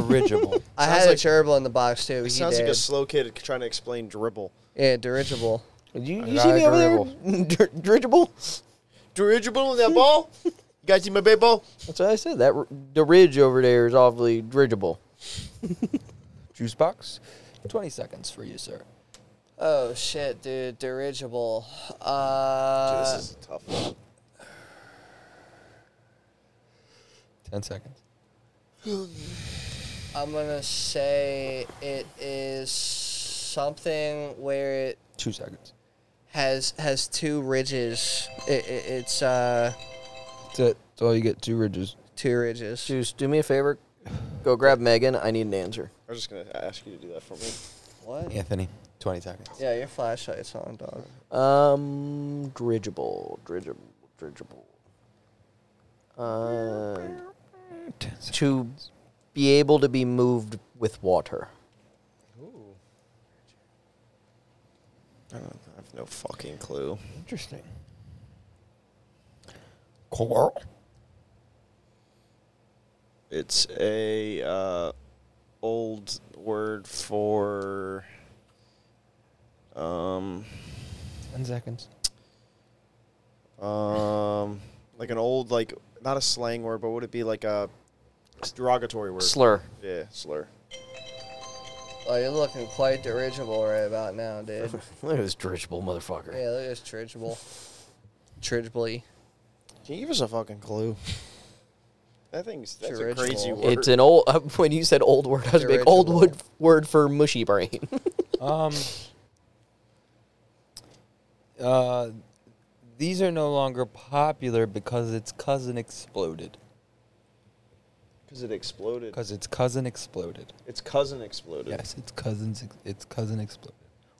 Dirigible.
I
Sounds
had
like-
a gerbil in the box too. He
It sounds
did.
like a slow kid trying to explain dribble.
yeah, dirigible.
You,
I
you
got
see
a
me over there?
gerbil.
Dir- dirigible.
Dirigible in that ball? You guys see my baseball?
That's what I said. That r- the ridge over there is awfully dirigible.
Juice box. Twenty seconds for you, sir.
Oh shit, dude, dirigible. Uh,
Dude, this is a tough one.
Ten seconds.
I'm gonna say it is something where it
Two seconds.
has has two ridges. It, it, it's uh
That's it. That's all you get. Two ridges.
two ridges.
Juice, do me a favor. Go grab Megan. I need an answer.
I was just gonna ask you to do that for me.
What? Yeah.
Anthony, twenty seconds.
your flashlight's on, dog.
Um, dirigible, dirigible, dirigible. Uh, to be able to be moved with water.
I, don't, I have no fucking clue.
Interesting. Coral.
It's a uh, old word for um
Ten seconds.
um like an old like not a slang word, but would it be like a derogatory word?
Slur.
Yeah, slur.
Oh, you're looking quite dirigible right about now, dude.
It was dirigible, motherfucker.
yeah, look at this dirigible. Dirigibly.
Can you give us a fucking clue? That thing's that's a
Dirigible.
crazy word.
It's an old. Uh, when you said old word, I was big old
Dirigible.
wood word for mushy brain.
Um. Uh, these are no longer popular because its cousin exploded.
because it exploded.
Because its cousin exploded.
Its cousin exploded.
Yes, its cousins. ex- Its cousin exploded.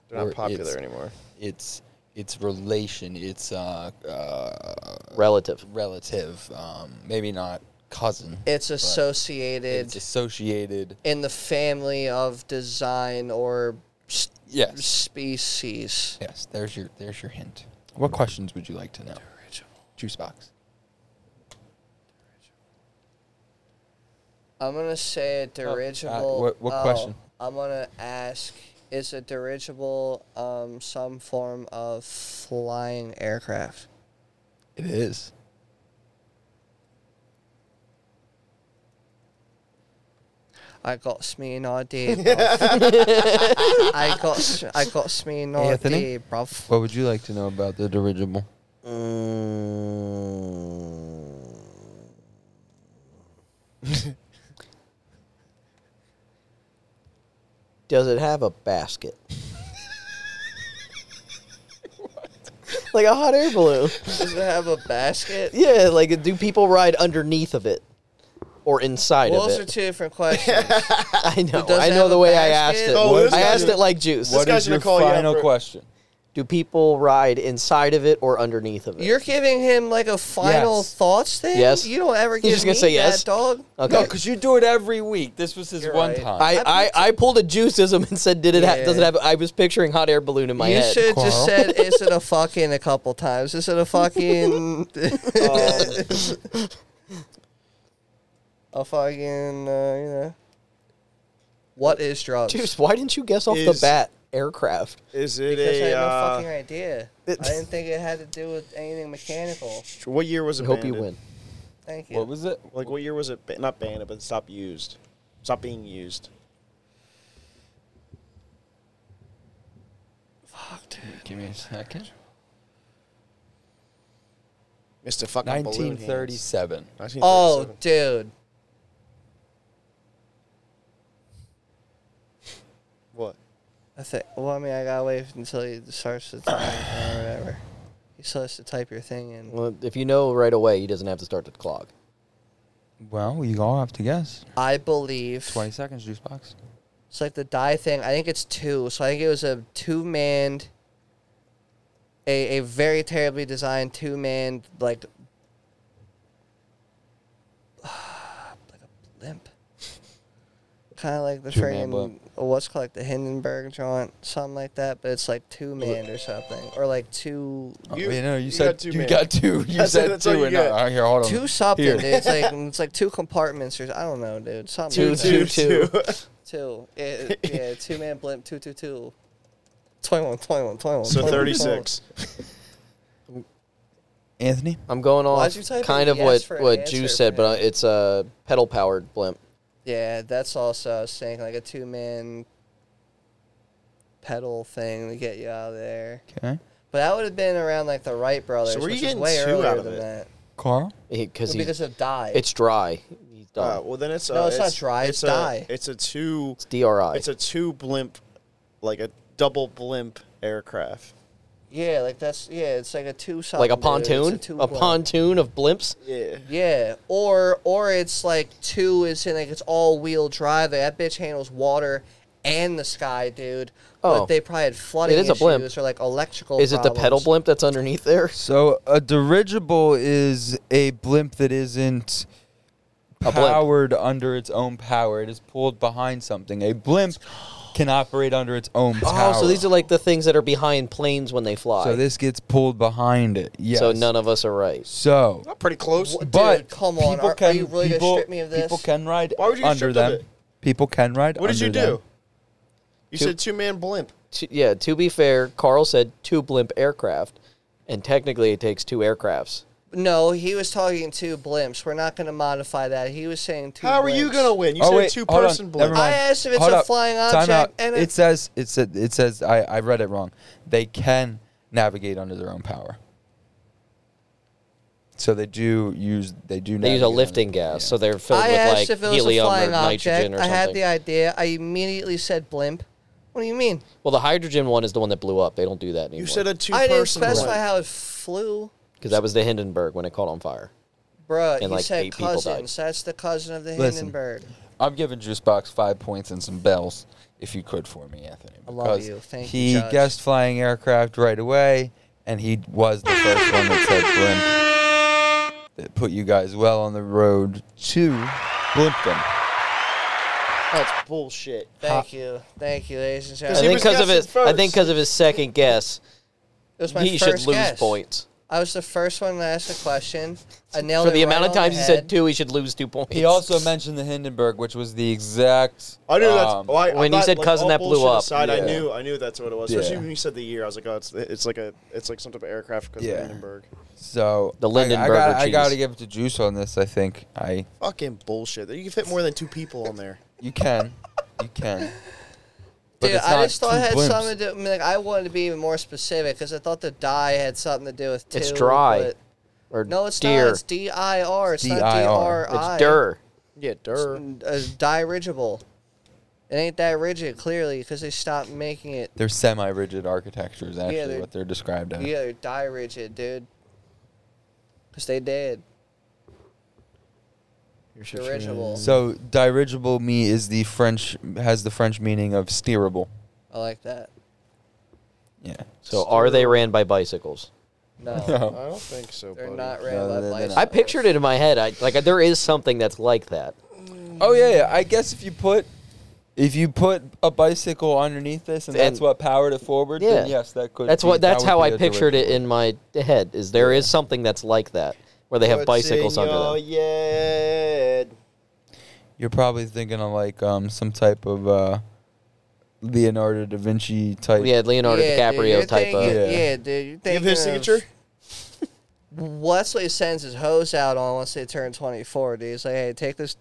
They're not
Or
popular
its,
anymore.
Its its relation. Its uh, uh
Relative.
relative. Um, maybe not cousin.
It's
It's
associated
associated.
in the family of design or s-
Yes.
species.
Yes. There's your there's your hint. What questions would you like to know? Juice box.
I'm gonna say a dirigible.
Oh, uh, what- what
oh,
question?
I'm gonna ask: Is a dirigible um, some form of flying aircraft?
It is.
I got me an idea. bruv. I got I got me an
Anthony?
idea, bruv.
What would you like to know about the dirigible?
Mm. Does it have a basket? like a hot air balloon.
Does it have a basket?
Yeah, like do people ride underneath of it or inside
Well,
of
those
it?
are two different questions.
I know.
does
I
it
know
have
the
a
way I asked
basket?
it.
Oh, this
I
guy's
asked
gonna-
it like juice.
What guy's is gonna your call you out final for-
question?
do people ride inside of it or underneath of it?
You're giving him like a final
Yes.
thoughts thing.
Yes.
You don't ever give
just gonna
me
say yes?
that, dog.
okay.
No, because you do it every week. This was his
You're
one
right.
time.
I, I, I pulled a juiceism and said, "Did it? Ha-
Yeah.
does it have?" I was picturing hot air balloon in my
you
head.
should have
Carl.
just said, "Is it a fucking?" a couple times. Is it a fucking?
Um,
a fucking, uh, you know. What is drugs?
Juice, why didn't you guess off the
Is-
bat aircraft?
Is it
because I
a
had no
uh,
fucking idea. I didn't think it had to do with anything mechanical.
what year was
I
it?
hope you
banded?
win.
Thank you.
What was it?
Like what year was it? ba- Not banned, but stopped used. Stopped being used.
Give me a second.
Mr. Fucking Balloon Hands.
1937.
1937.
oh, dude.
what?
I think. Well, I mean, I gotta wait until he starts to type or whatever. He still has to type your thing in.
Well, if you know right away, he doesn't have to start the clock.
Well, you all have to guess.
I believe.
20 seconds, juice box.
It's like the die thing. I think it's two. So I think it was a two manned, a, a very terribly designed two manned, like, like a blimp. Kind of like the
Two-man
friggin'
blimp.
what's called like the Hindenburg joint, something like that, but it's like two manned or something. Or like two.
You-
Oh, wait, no, you,
you
said
got two,
you
man.
got two. You
That's it,
said
that's all
two.
you
and not,
get.
all right, here, hold on.
Two something,
Oh, Here.
dude. It's like it's like two compartments or I don't know, dude. Something
Two,
like that.
two, two.
Two. Yeah, yeah two man blimp, two, two, two. 21, 21, 21.
so
21,
36.
Anthony?
I'm going
Why'd
off
you type
kind
in
of
yes
what
for an
what
answer,
Juice said, but uh,
man?
it's a pedal powered blimp.
21. Yeah, that's also I was saying like a two man pedal thing to get you out of there.
Okay.
But that would have been around like the Wright brothers,
were you
which is
getting
way
two
earlier
out of
than
it?
that.
Carl?
because
Well, because of die.
it's dry. He's
Uh,
done.
well, then it's a,
No, it's not dry, it's
a,
dye.
It's a two.
it's DRI.
It's a two blimp, like a double blimp aircraft.
yeah, like that's yeah, it's like a two something.
like a
dude. It's
pontoon,
two
a
block.
pontoon of blimps.
Yeah.
Yeah, or or it's like two is in like it's all wheel drive. That bitch handles water and the sky, dude.
Oh.
But they probably had flooding
It is a
issues
blimp.
or like electrical.
Is it the pedal
problems.
blimp that's underneath there?
So a dirigible is a blimp that isn't
A blimp.
powered under its own power. It is pulled behind something. A blimp can operate under its own power.
Oh, so these are like the things that are behind planes when they fly.
So this gets pulled behind it. Yes.
So none of us are right.
So,
Not pretty close.
What-
but
Oh, Dude, come on.
people
Are- are
can
you really gonna
people,
strip me of
people
this?
can ride
Why would you get
under
stripped
them.
of it?
People can ride.
What did you
under
do?
them.
You said two man blimp.
T- yeah. To be fair, Carl said two blimp aircraft, and technically it takes two aircrafts.
No, he was talking two blimps. We're not going to modify that. He was saying two.
How are you
blimps.
gonna win? You
oh
said
wait,
two
hold on,
person
never
blimp.
mind.
I asked if it's
Hold
a
up,
flying
time
object,
out.
and
it,
it-
says it said it says I, I read it wrong. They can navigate under their own power. So they do use they do.
They
navigate
use a
under-
lifting gas,
yeah.
so they're filled
I
with
asked
like
if it was a
helium or
flying
nitrogen
object.
or
I
something.
had the idea. I immediately said blimp. What do you mean?
well, the hydrogen one is the one that blew up. They don't do that anymore.
You said a two
I didn't
person
specify
blimp.
how it flew.
because that was the Hindenburg when it caught on fire.
Bruh,
And,
you
like,
said
eight people died.
cousins. That's the cousin of the
Listen.
Hindenburg.
I'm giving Juicebox five points and some bells if you could for me, Anthony.
I love
because
you. Thank you,
he
Judge.
guessed flying aircraft right away, and he was the first one that said blimp. That put you guys well on the road to blimpdom.
That's oh, bullshit.
Thank you. Thank you, ladies and
I
he
gentlemen.
was
think because of
guessing
his, I think
first.
because of his second guess,
It was my
he should
first
lose
guess.
points.
I was the first one to ask the question. I nailed
For
it
the
right
amount of
on the
times he said
head.
two, he should lose two points.
He also mentioned the Hindenburg, which was the exact.
I knew that's
um,
oh, I, I'm
when you
not-
said
like,
cousin
all
that blew
bullshit
up,
Aside,
yeah.
I knew I knew that's what it was.
Yeah.
Especially when you said the year, I was like, oh, it's it's like a it's like some type of aircraft because
Yeah.
of Hindenburg.
So I-
The
I,
Lindenberger
gotta, I
cheese.
gotta give it to Juice on this. I think I
Fucking bullshit. You can fit more than two people on there.
you can, you can. But
Dude,
it's
I
not
just thought it
two
had
blimps.
something to do. I mean, like, I wanted to be even more specific because I thought the die had something to do with two.
It's dry. Or
but- No, it's
deer.
not. It's D I R. It's not D
D.I.R..
R
It's
I.
It's dir.
Yeah, dur.
Uh, dirigible. It ain't that rigid, clearly, because they stopped making it.
They're semi-rigid architecture is actually
they're-
what they're described as.
Yeah, they're die rigid, dude. Because they did. Dirigible.
So dirigible me is the French has the French meaning of steerable.
I like that.
Yeah.
So are they ran by bicycles?
No.
I don't think so,
They're
buddy.
not ran
No,
by
they're not.
bicycles.
I pictured it in my head. I like there is something that's like that.
Oh yeah, yeah. I guess if you put if you put a bicycle underneath this and, that's
And-
what powered it forward, then
Yeah.
yes, that could.
That's
be-
what. That's
that would
how
be
I
a
pictured it
dirigible.
in my head. Is there is something that's like that where they have bicycles under
Oh
them?
yeah.
You're probably thinking of like um some type of uh Leonardo da Vinci type.
Yeah, Leonardo
dude, you're
DiCaprio type
thinking-
of.
Yeah.
yeah. dude. You're
You have his
thinking of-
signature.
Well, that's what he sends his hose out on once they turn 24, dude. He's like, hey, take this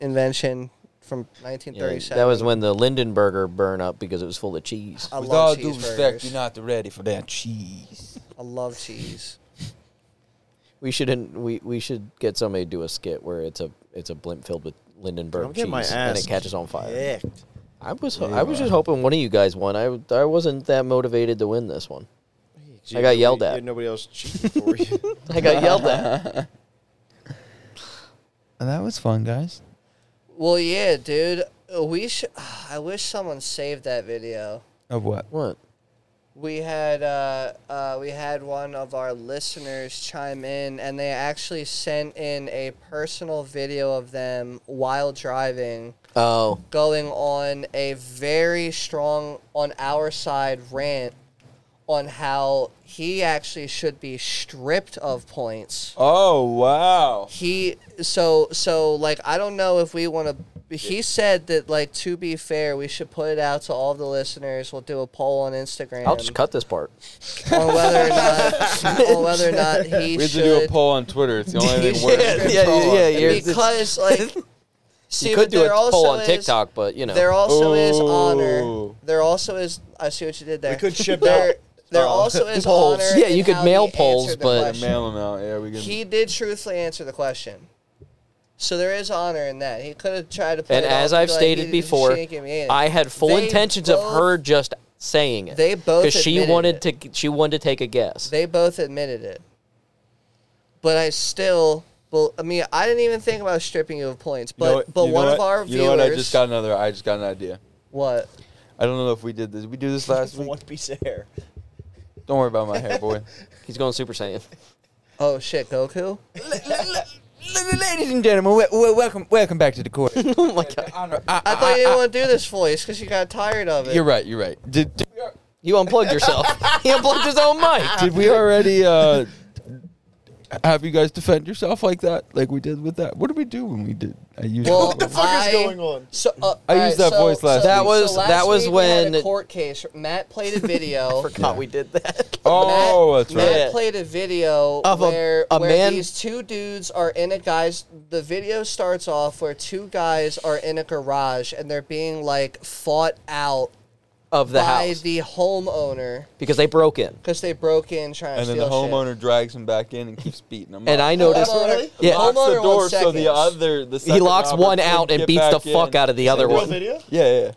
invention from
Yeah,
1937.
that was when the Lindenberger burn up because it was full of cheese.
I
With all
love
due
cheeseburgers.
respect, you're not ready for that cheese.
I love cheese.
We shouldn't. We, we should get somebody to do a skit where it's a it's a blimp filled with Lindenberg
I'm
cheese
getting my
and
ass
it catches on fire.
Hecked.
I was ho- I was just hoping one of you guys won. I I wasn't that motivated to win this one. I got yelled at.
Yeah, nobody else cheating for you.
I got yelled at.
Oh, that was fun, guys.
Well, yeah, dude. We sh- I wish someone saved that video.
Of what?
What?
We had uh, uh, we had one of our listeners chime in, and they actually sent in a personal video of them while driving,
Oh,
going on a very strong on our side rant on how he actually should be stripped of points.
Oh wow.
He so so like I don't know if we want to. He said that like to be fair, we should put it out to all the listeners. We'll do a poll on Instagram
I'll just cut this part.
on whether or not on whether or not he
We have
should
to do a poll on Twitter. It's the only thing
should
worse.
yeah, yeah, yeah, yeah.
because like See,
you could
but
do a
there also
poll on
is-
TikTok, but you know,
There also is honor.
Ooh.
There also is. I see what you did there.
could ship
there.
out-
There
Oh.
also is
Polls.
honor.
Yeah, you
in
could
how
mail
he
polls,
answered the
but-
question.
Mail them out. Yeah, we can.
he did truthfully answer the question. So there is honor in that. He could have tried to. Play
and
it
as
off
I've
be like,
stated
"He-
before,
she didn't give me anything."
I had full
They
intentions of
both-
her just saying it.
They both
she
admitted
wanted
it.
to she wanted to take a guess.
They both admitted it. But I still. Well, I mean, I didn't even think about stripping you of points. But
You know what-
but
you know
one of
what?
our
You
viewers.
know what? I just got another. I just got an idea.
what?
I don't know if we did this. We do this last week.
One piece of hair.
Don't worry about my hair, boy.
He's going Super Saiyan.
Oh shit, Goku.
Ladies and gentlemen, we- we- welcome, welcome back to the court. oh my god!
I thought you didn't want to do this voice because you got tired of it.
You're right. You're right. Did did we, al-
You unplugged yourself. he unplugged his own mic.
did we already uh, have you guys defend yourself like that, like we did with that? What did we do when we did? I used
Well,
What the fuck
I-
is going on?
So uh,
I
all
used that voice last
That week. was-
so last
that was
week we had a
when-
court case. Matt played a video.
Forgot we did that.
Matt,
oh, that's
Matt
right.
Yeah.
played a video
Of a-
where,
a
where
man-
these two dudes are in a guy's. The video starts off where two guys are in a garage and they're being like fought out
Of the
by
house
the homeowner
because they broke in.
because they broke in trying
And
to
then the
steal shit.
homeowner drags him back in and keeps beating him.
And
up.
I noticed
Homeowner,
Yeah.
locks
homeowner
the door
wants
so the
seconds.
other the
he
second
looks
robber
one
couldn't
out and
get
beats the
back in.
fuck out of the other
Real
one.
video?
Yeah, yeah.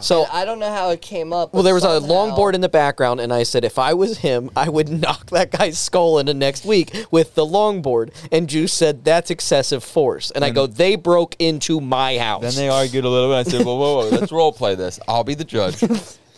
So
I don't know how it came up. but
Well, there was a
somehow-
longboard in the background, and I said, if I was him, I would knock that guy's skull into next week with the longboard. And Juice said, that's excessive force. And I go, they broke into my house.
Then they argued a little bit. I said, "Well, whoa, whoa, let's role play this. I'll be the judge."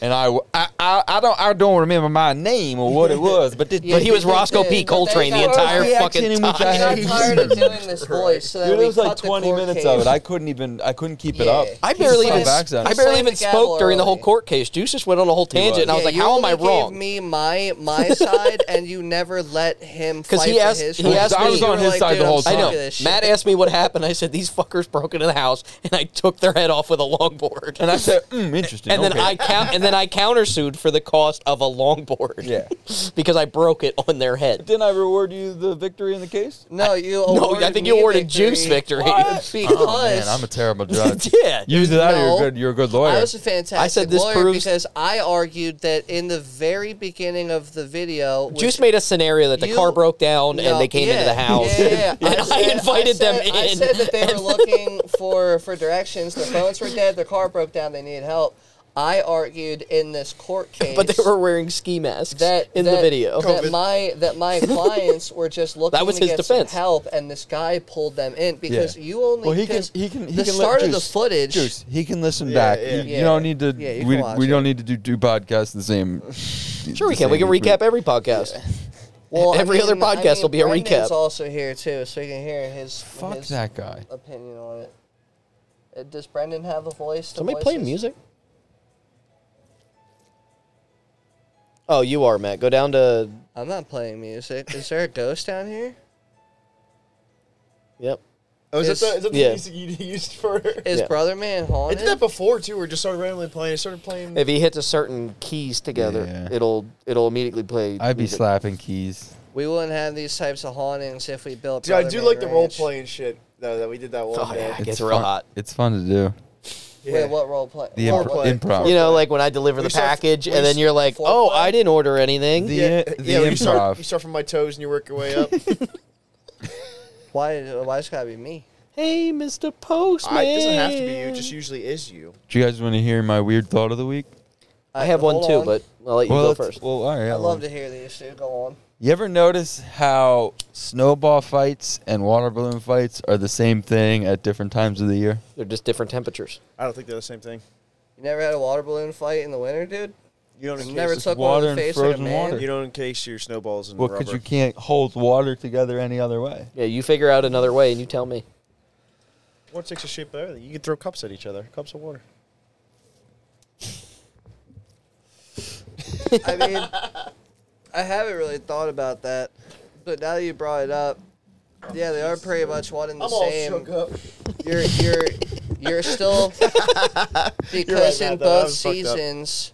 And I, I, I, I don't, I don't remember my name or what it was, but did,
Yeah,
but he was
they
Roscoe
did,
P.
but they
Coltrane the
got-
entire
Reaction
fucking
in which
time.
I
I got tired of doing this voice, so that
Dude,
we
it was like
cut the
20
court
minutes
case.
of it. I couldn't even, I couldn't keep it
Yeah.
up.
I barely
Jesus
even,
Christ.
I barely even
Slammed the gavel
spoke during the whole
early.
court case. Juice just went on a whole tangent, and I was
Yeah,
like,
you
"How am
only
I
Gave
wrong?"
me my my side, and you never let him. Because
he asked-
his
he
side.
asked
You
me- I was
were
on his
like,
side
"Dude,
the
I'm
whole
sick
I
time.
of
know.
this shit."
Matt asked me what happened. I said, "These fuckers broke into the house, and I took their head off with a longboard."
And I said, mm, "Interesting."
and then
okay."
I count, and then I countersued for the cost of a longboard.
Yeah.
because I broke it on their head.
didn't I reward you the victory in the case?
No, you.
No, I think you
me
awarded Juice victory. Oh,
because
Oh, Man, I'm a terrible judge.
Yeah.
you either that or
No.
you're good. You're a good lawyer.
I was a fantastic
I said this
lawyer
proves-
because I argued that in the very beginning of the video, which-
Juice made a scenario that the
You-
car broke down
No,
and they came into
yeah,
the house.
Yeah, yeah, yeah.
And I,
said-
invited
I said-
them in.
I said that they were looking for for directions. Their phones were dead. Their car broke down. They needed help. I argued in this court case,
but they were wearing ski masks
that
in
that-
the video.
that my that my clients were just looking
That was
to
his
get
defense.
some help, and this guy pulled them in because
Yeah.
you only
Well, he can
because
he can he
the
can
start
let
of the
Juice-
footage.
Juice, he can listen
Yeah,
back.
yeah.
You, you
Yeah,
don't need to.
yeah, you can
we
watch
we
it.
don't need to do two podcasts the same.
sure, we can. We can recap every podcast.
Well,
Every other podcast will be a
Brendan's
recap.
also here too, so you can hear his
Fuck
his
that guy.
opinion on it. Uh, Does Brendan have a voice? to
Somebody play
voices?
music. Oh, you are Matt. Go down to
I'm not playing music. Is there a ghost down here?
yep.
Oh, is,
It's-
that the, is that the
yeah.
music you used for?
Is
Yeah.
Brother Man
I
haunted?
did that before too. We just started randomly playing. I started playing.
If he hits a certain keys together,
Yeah.
it'll it'll immediately play.
I'd be
music.
slapping keys.
we wouldn't have these types of hauntings if we built.
Dude, I
Brother
do
Man
like the role
Ranch.
playing shit though that we did that one
Oh,
day.
yeah. It gets
fun,
real hot.
It's fun to do.
Yeah.
Wait, what role play?
The
role
impro-
play?
improv.
You know, like when I deliver
We
the
start-
package,
we
and then
s-
you're like,
four
"Oh,
play?
I didn't order anything."
The,
Yeah,
the
yeah, You
improv.
start, you start from my toes and you work your way up.
Why? Why it's gotta be me?
Hey, Mr. Postman.
I, it doesn't have to be you. It just usually is you.
Do you guys want to hear my weird thought of the week?
I have one
Hold
too,
on.
but I'll let you
well,
go
that's-
first.
Well, all right.
I
I'll-
love to hear these. Dude, go on.
You ever notice how snowball fights and water balloon fights are the same thing at different times of the year?
They're just different temperatures.
I don't think they're the same thing.
You never had a water balloon fight in the winter, dude?
You don't
Just
encase,
never
Just
took one
water
in the
and
face like a
frozen
man.
water.
you don't encase your snowballs in
Well,
rubber.
because you can't hold water together any other way.
Yeah, you figure out another way, and you tell me.
What takes a shape better? You can throw cups at each other. Cups of water.
I mean, I haven't really thought about that, but now that you brought it up, yeah, they are pretty much one and the same.
up.
You're you're you're still because
Matt,
in
though. That
both
was fucked up.
seasons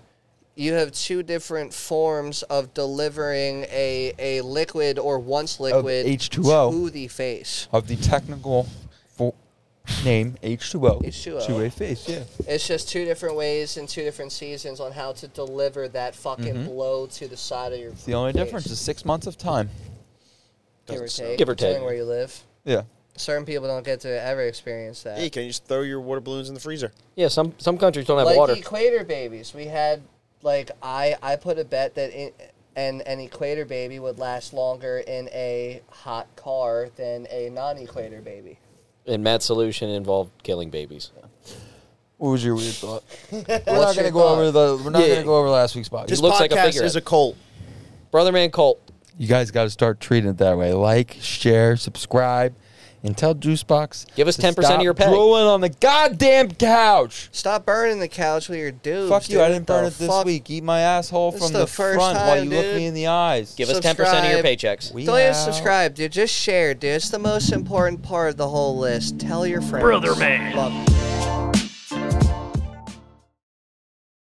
you have two different forms of delivering a a liquid or once liquid
H2O.
to the face.
Of the technical fo- name H2O
H2O.
to a face. Yeah.
It's just two different ways and two different seasons on how to deliver that fucking blow to the side of your.
Mm-hmm. It's the only difference is uh, six months of time.
give or
Doesn't
take,
Give or
depending
take.
where you live.
Yeah.
Certain people don't get to ever experience that.
Hey, can you just throw your water balloons in the freezer?
Yeah, some some countries don't have
like e-,
water.
equator babies we had like i i put a bet that in, an, an equator baby would last longer in a hot car than a non-equator baby
And Matt's solution involved killing babies.
What was your weird thought? we're
What's
not
your
gonna go
thought?
over the. We're not
Yeah.
gonna go over last week's podcast.
This looks like a figurehead.
is a cult.
Brother Man Colt.
You guys got to start treating it that way. Like, share, subscribe, and tell Juicebox.
Give us
to
10% of
stop
your pay.
Drooling on the goddamn couch.
stop burning the couch with your dudes
Fuck you!
dude.
I didn't burn
The
it this
fuck?
week. Eat my asshole
This
from
the
the,
first
front while
time,
you look
dude.
me in the eyes.
Give us ten percent of your
Subscribe.
paychecks.
We
don't even
out.
subscribe dude just share dude it's the most important part of the whole list tell your friends
Brother man.
Love you.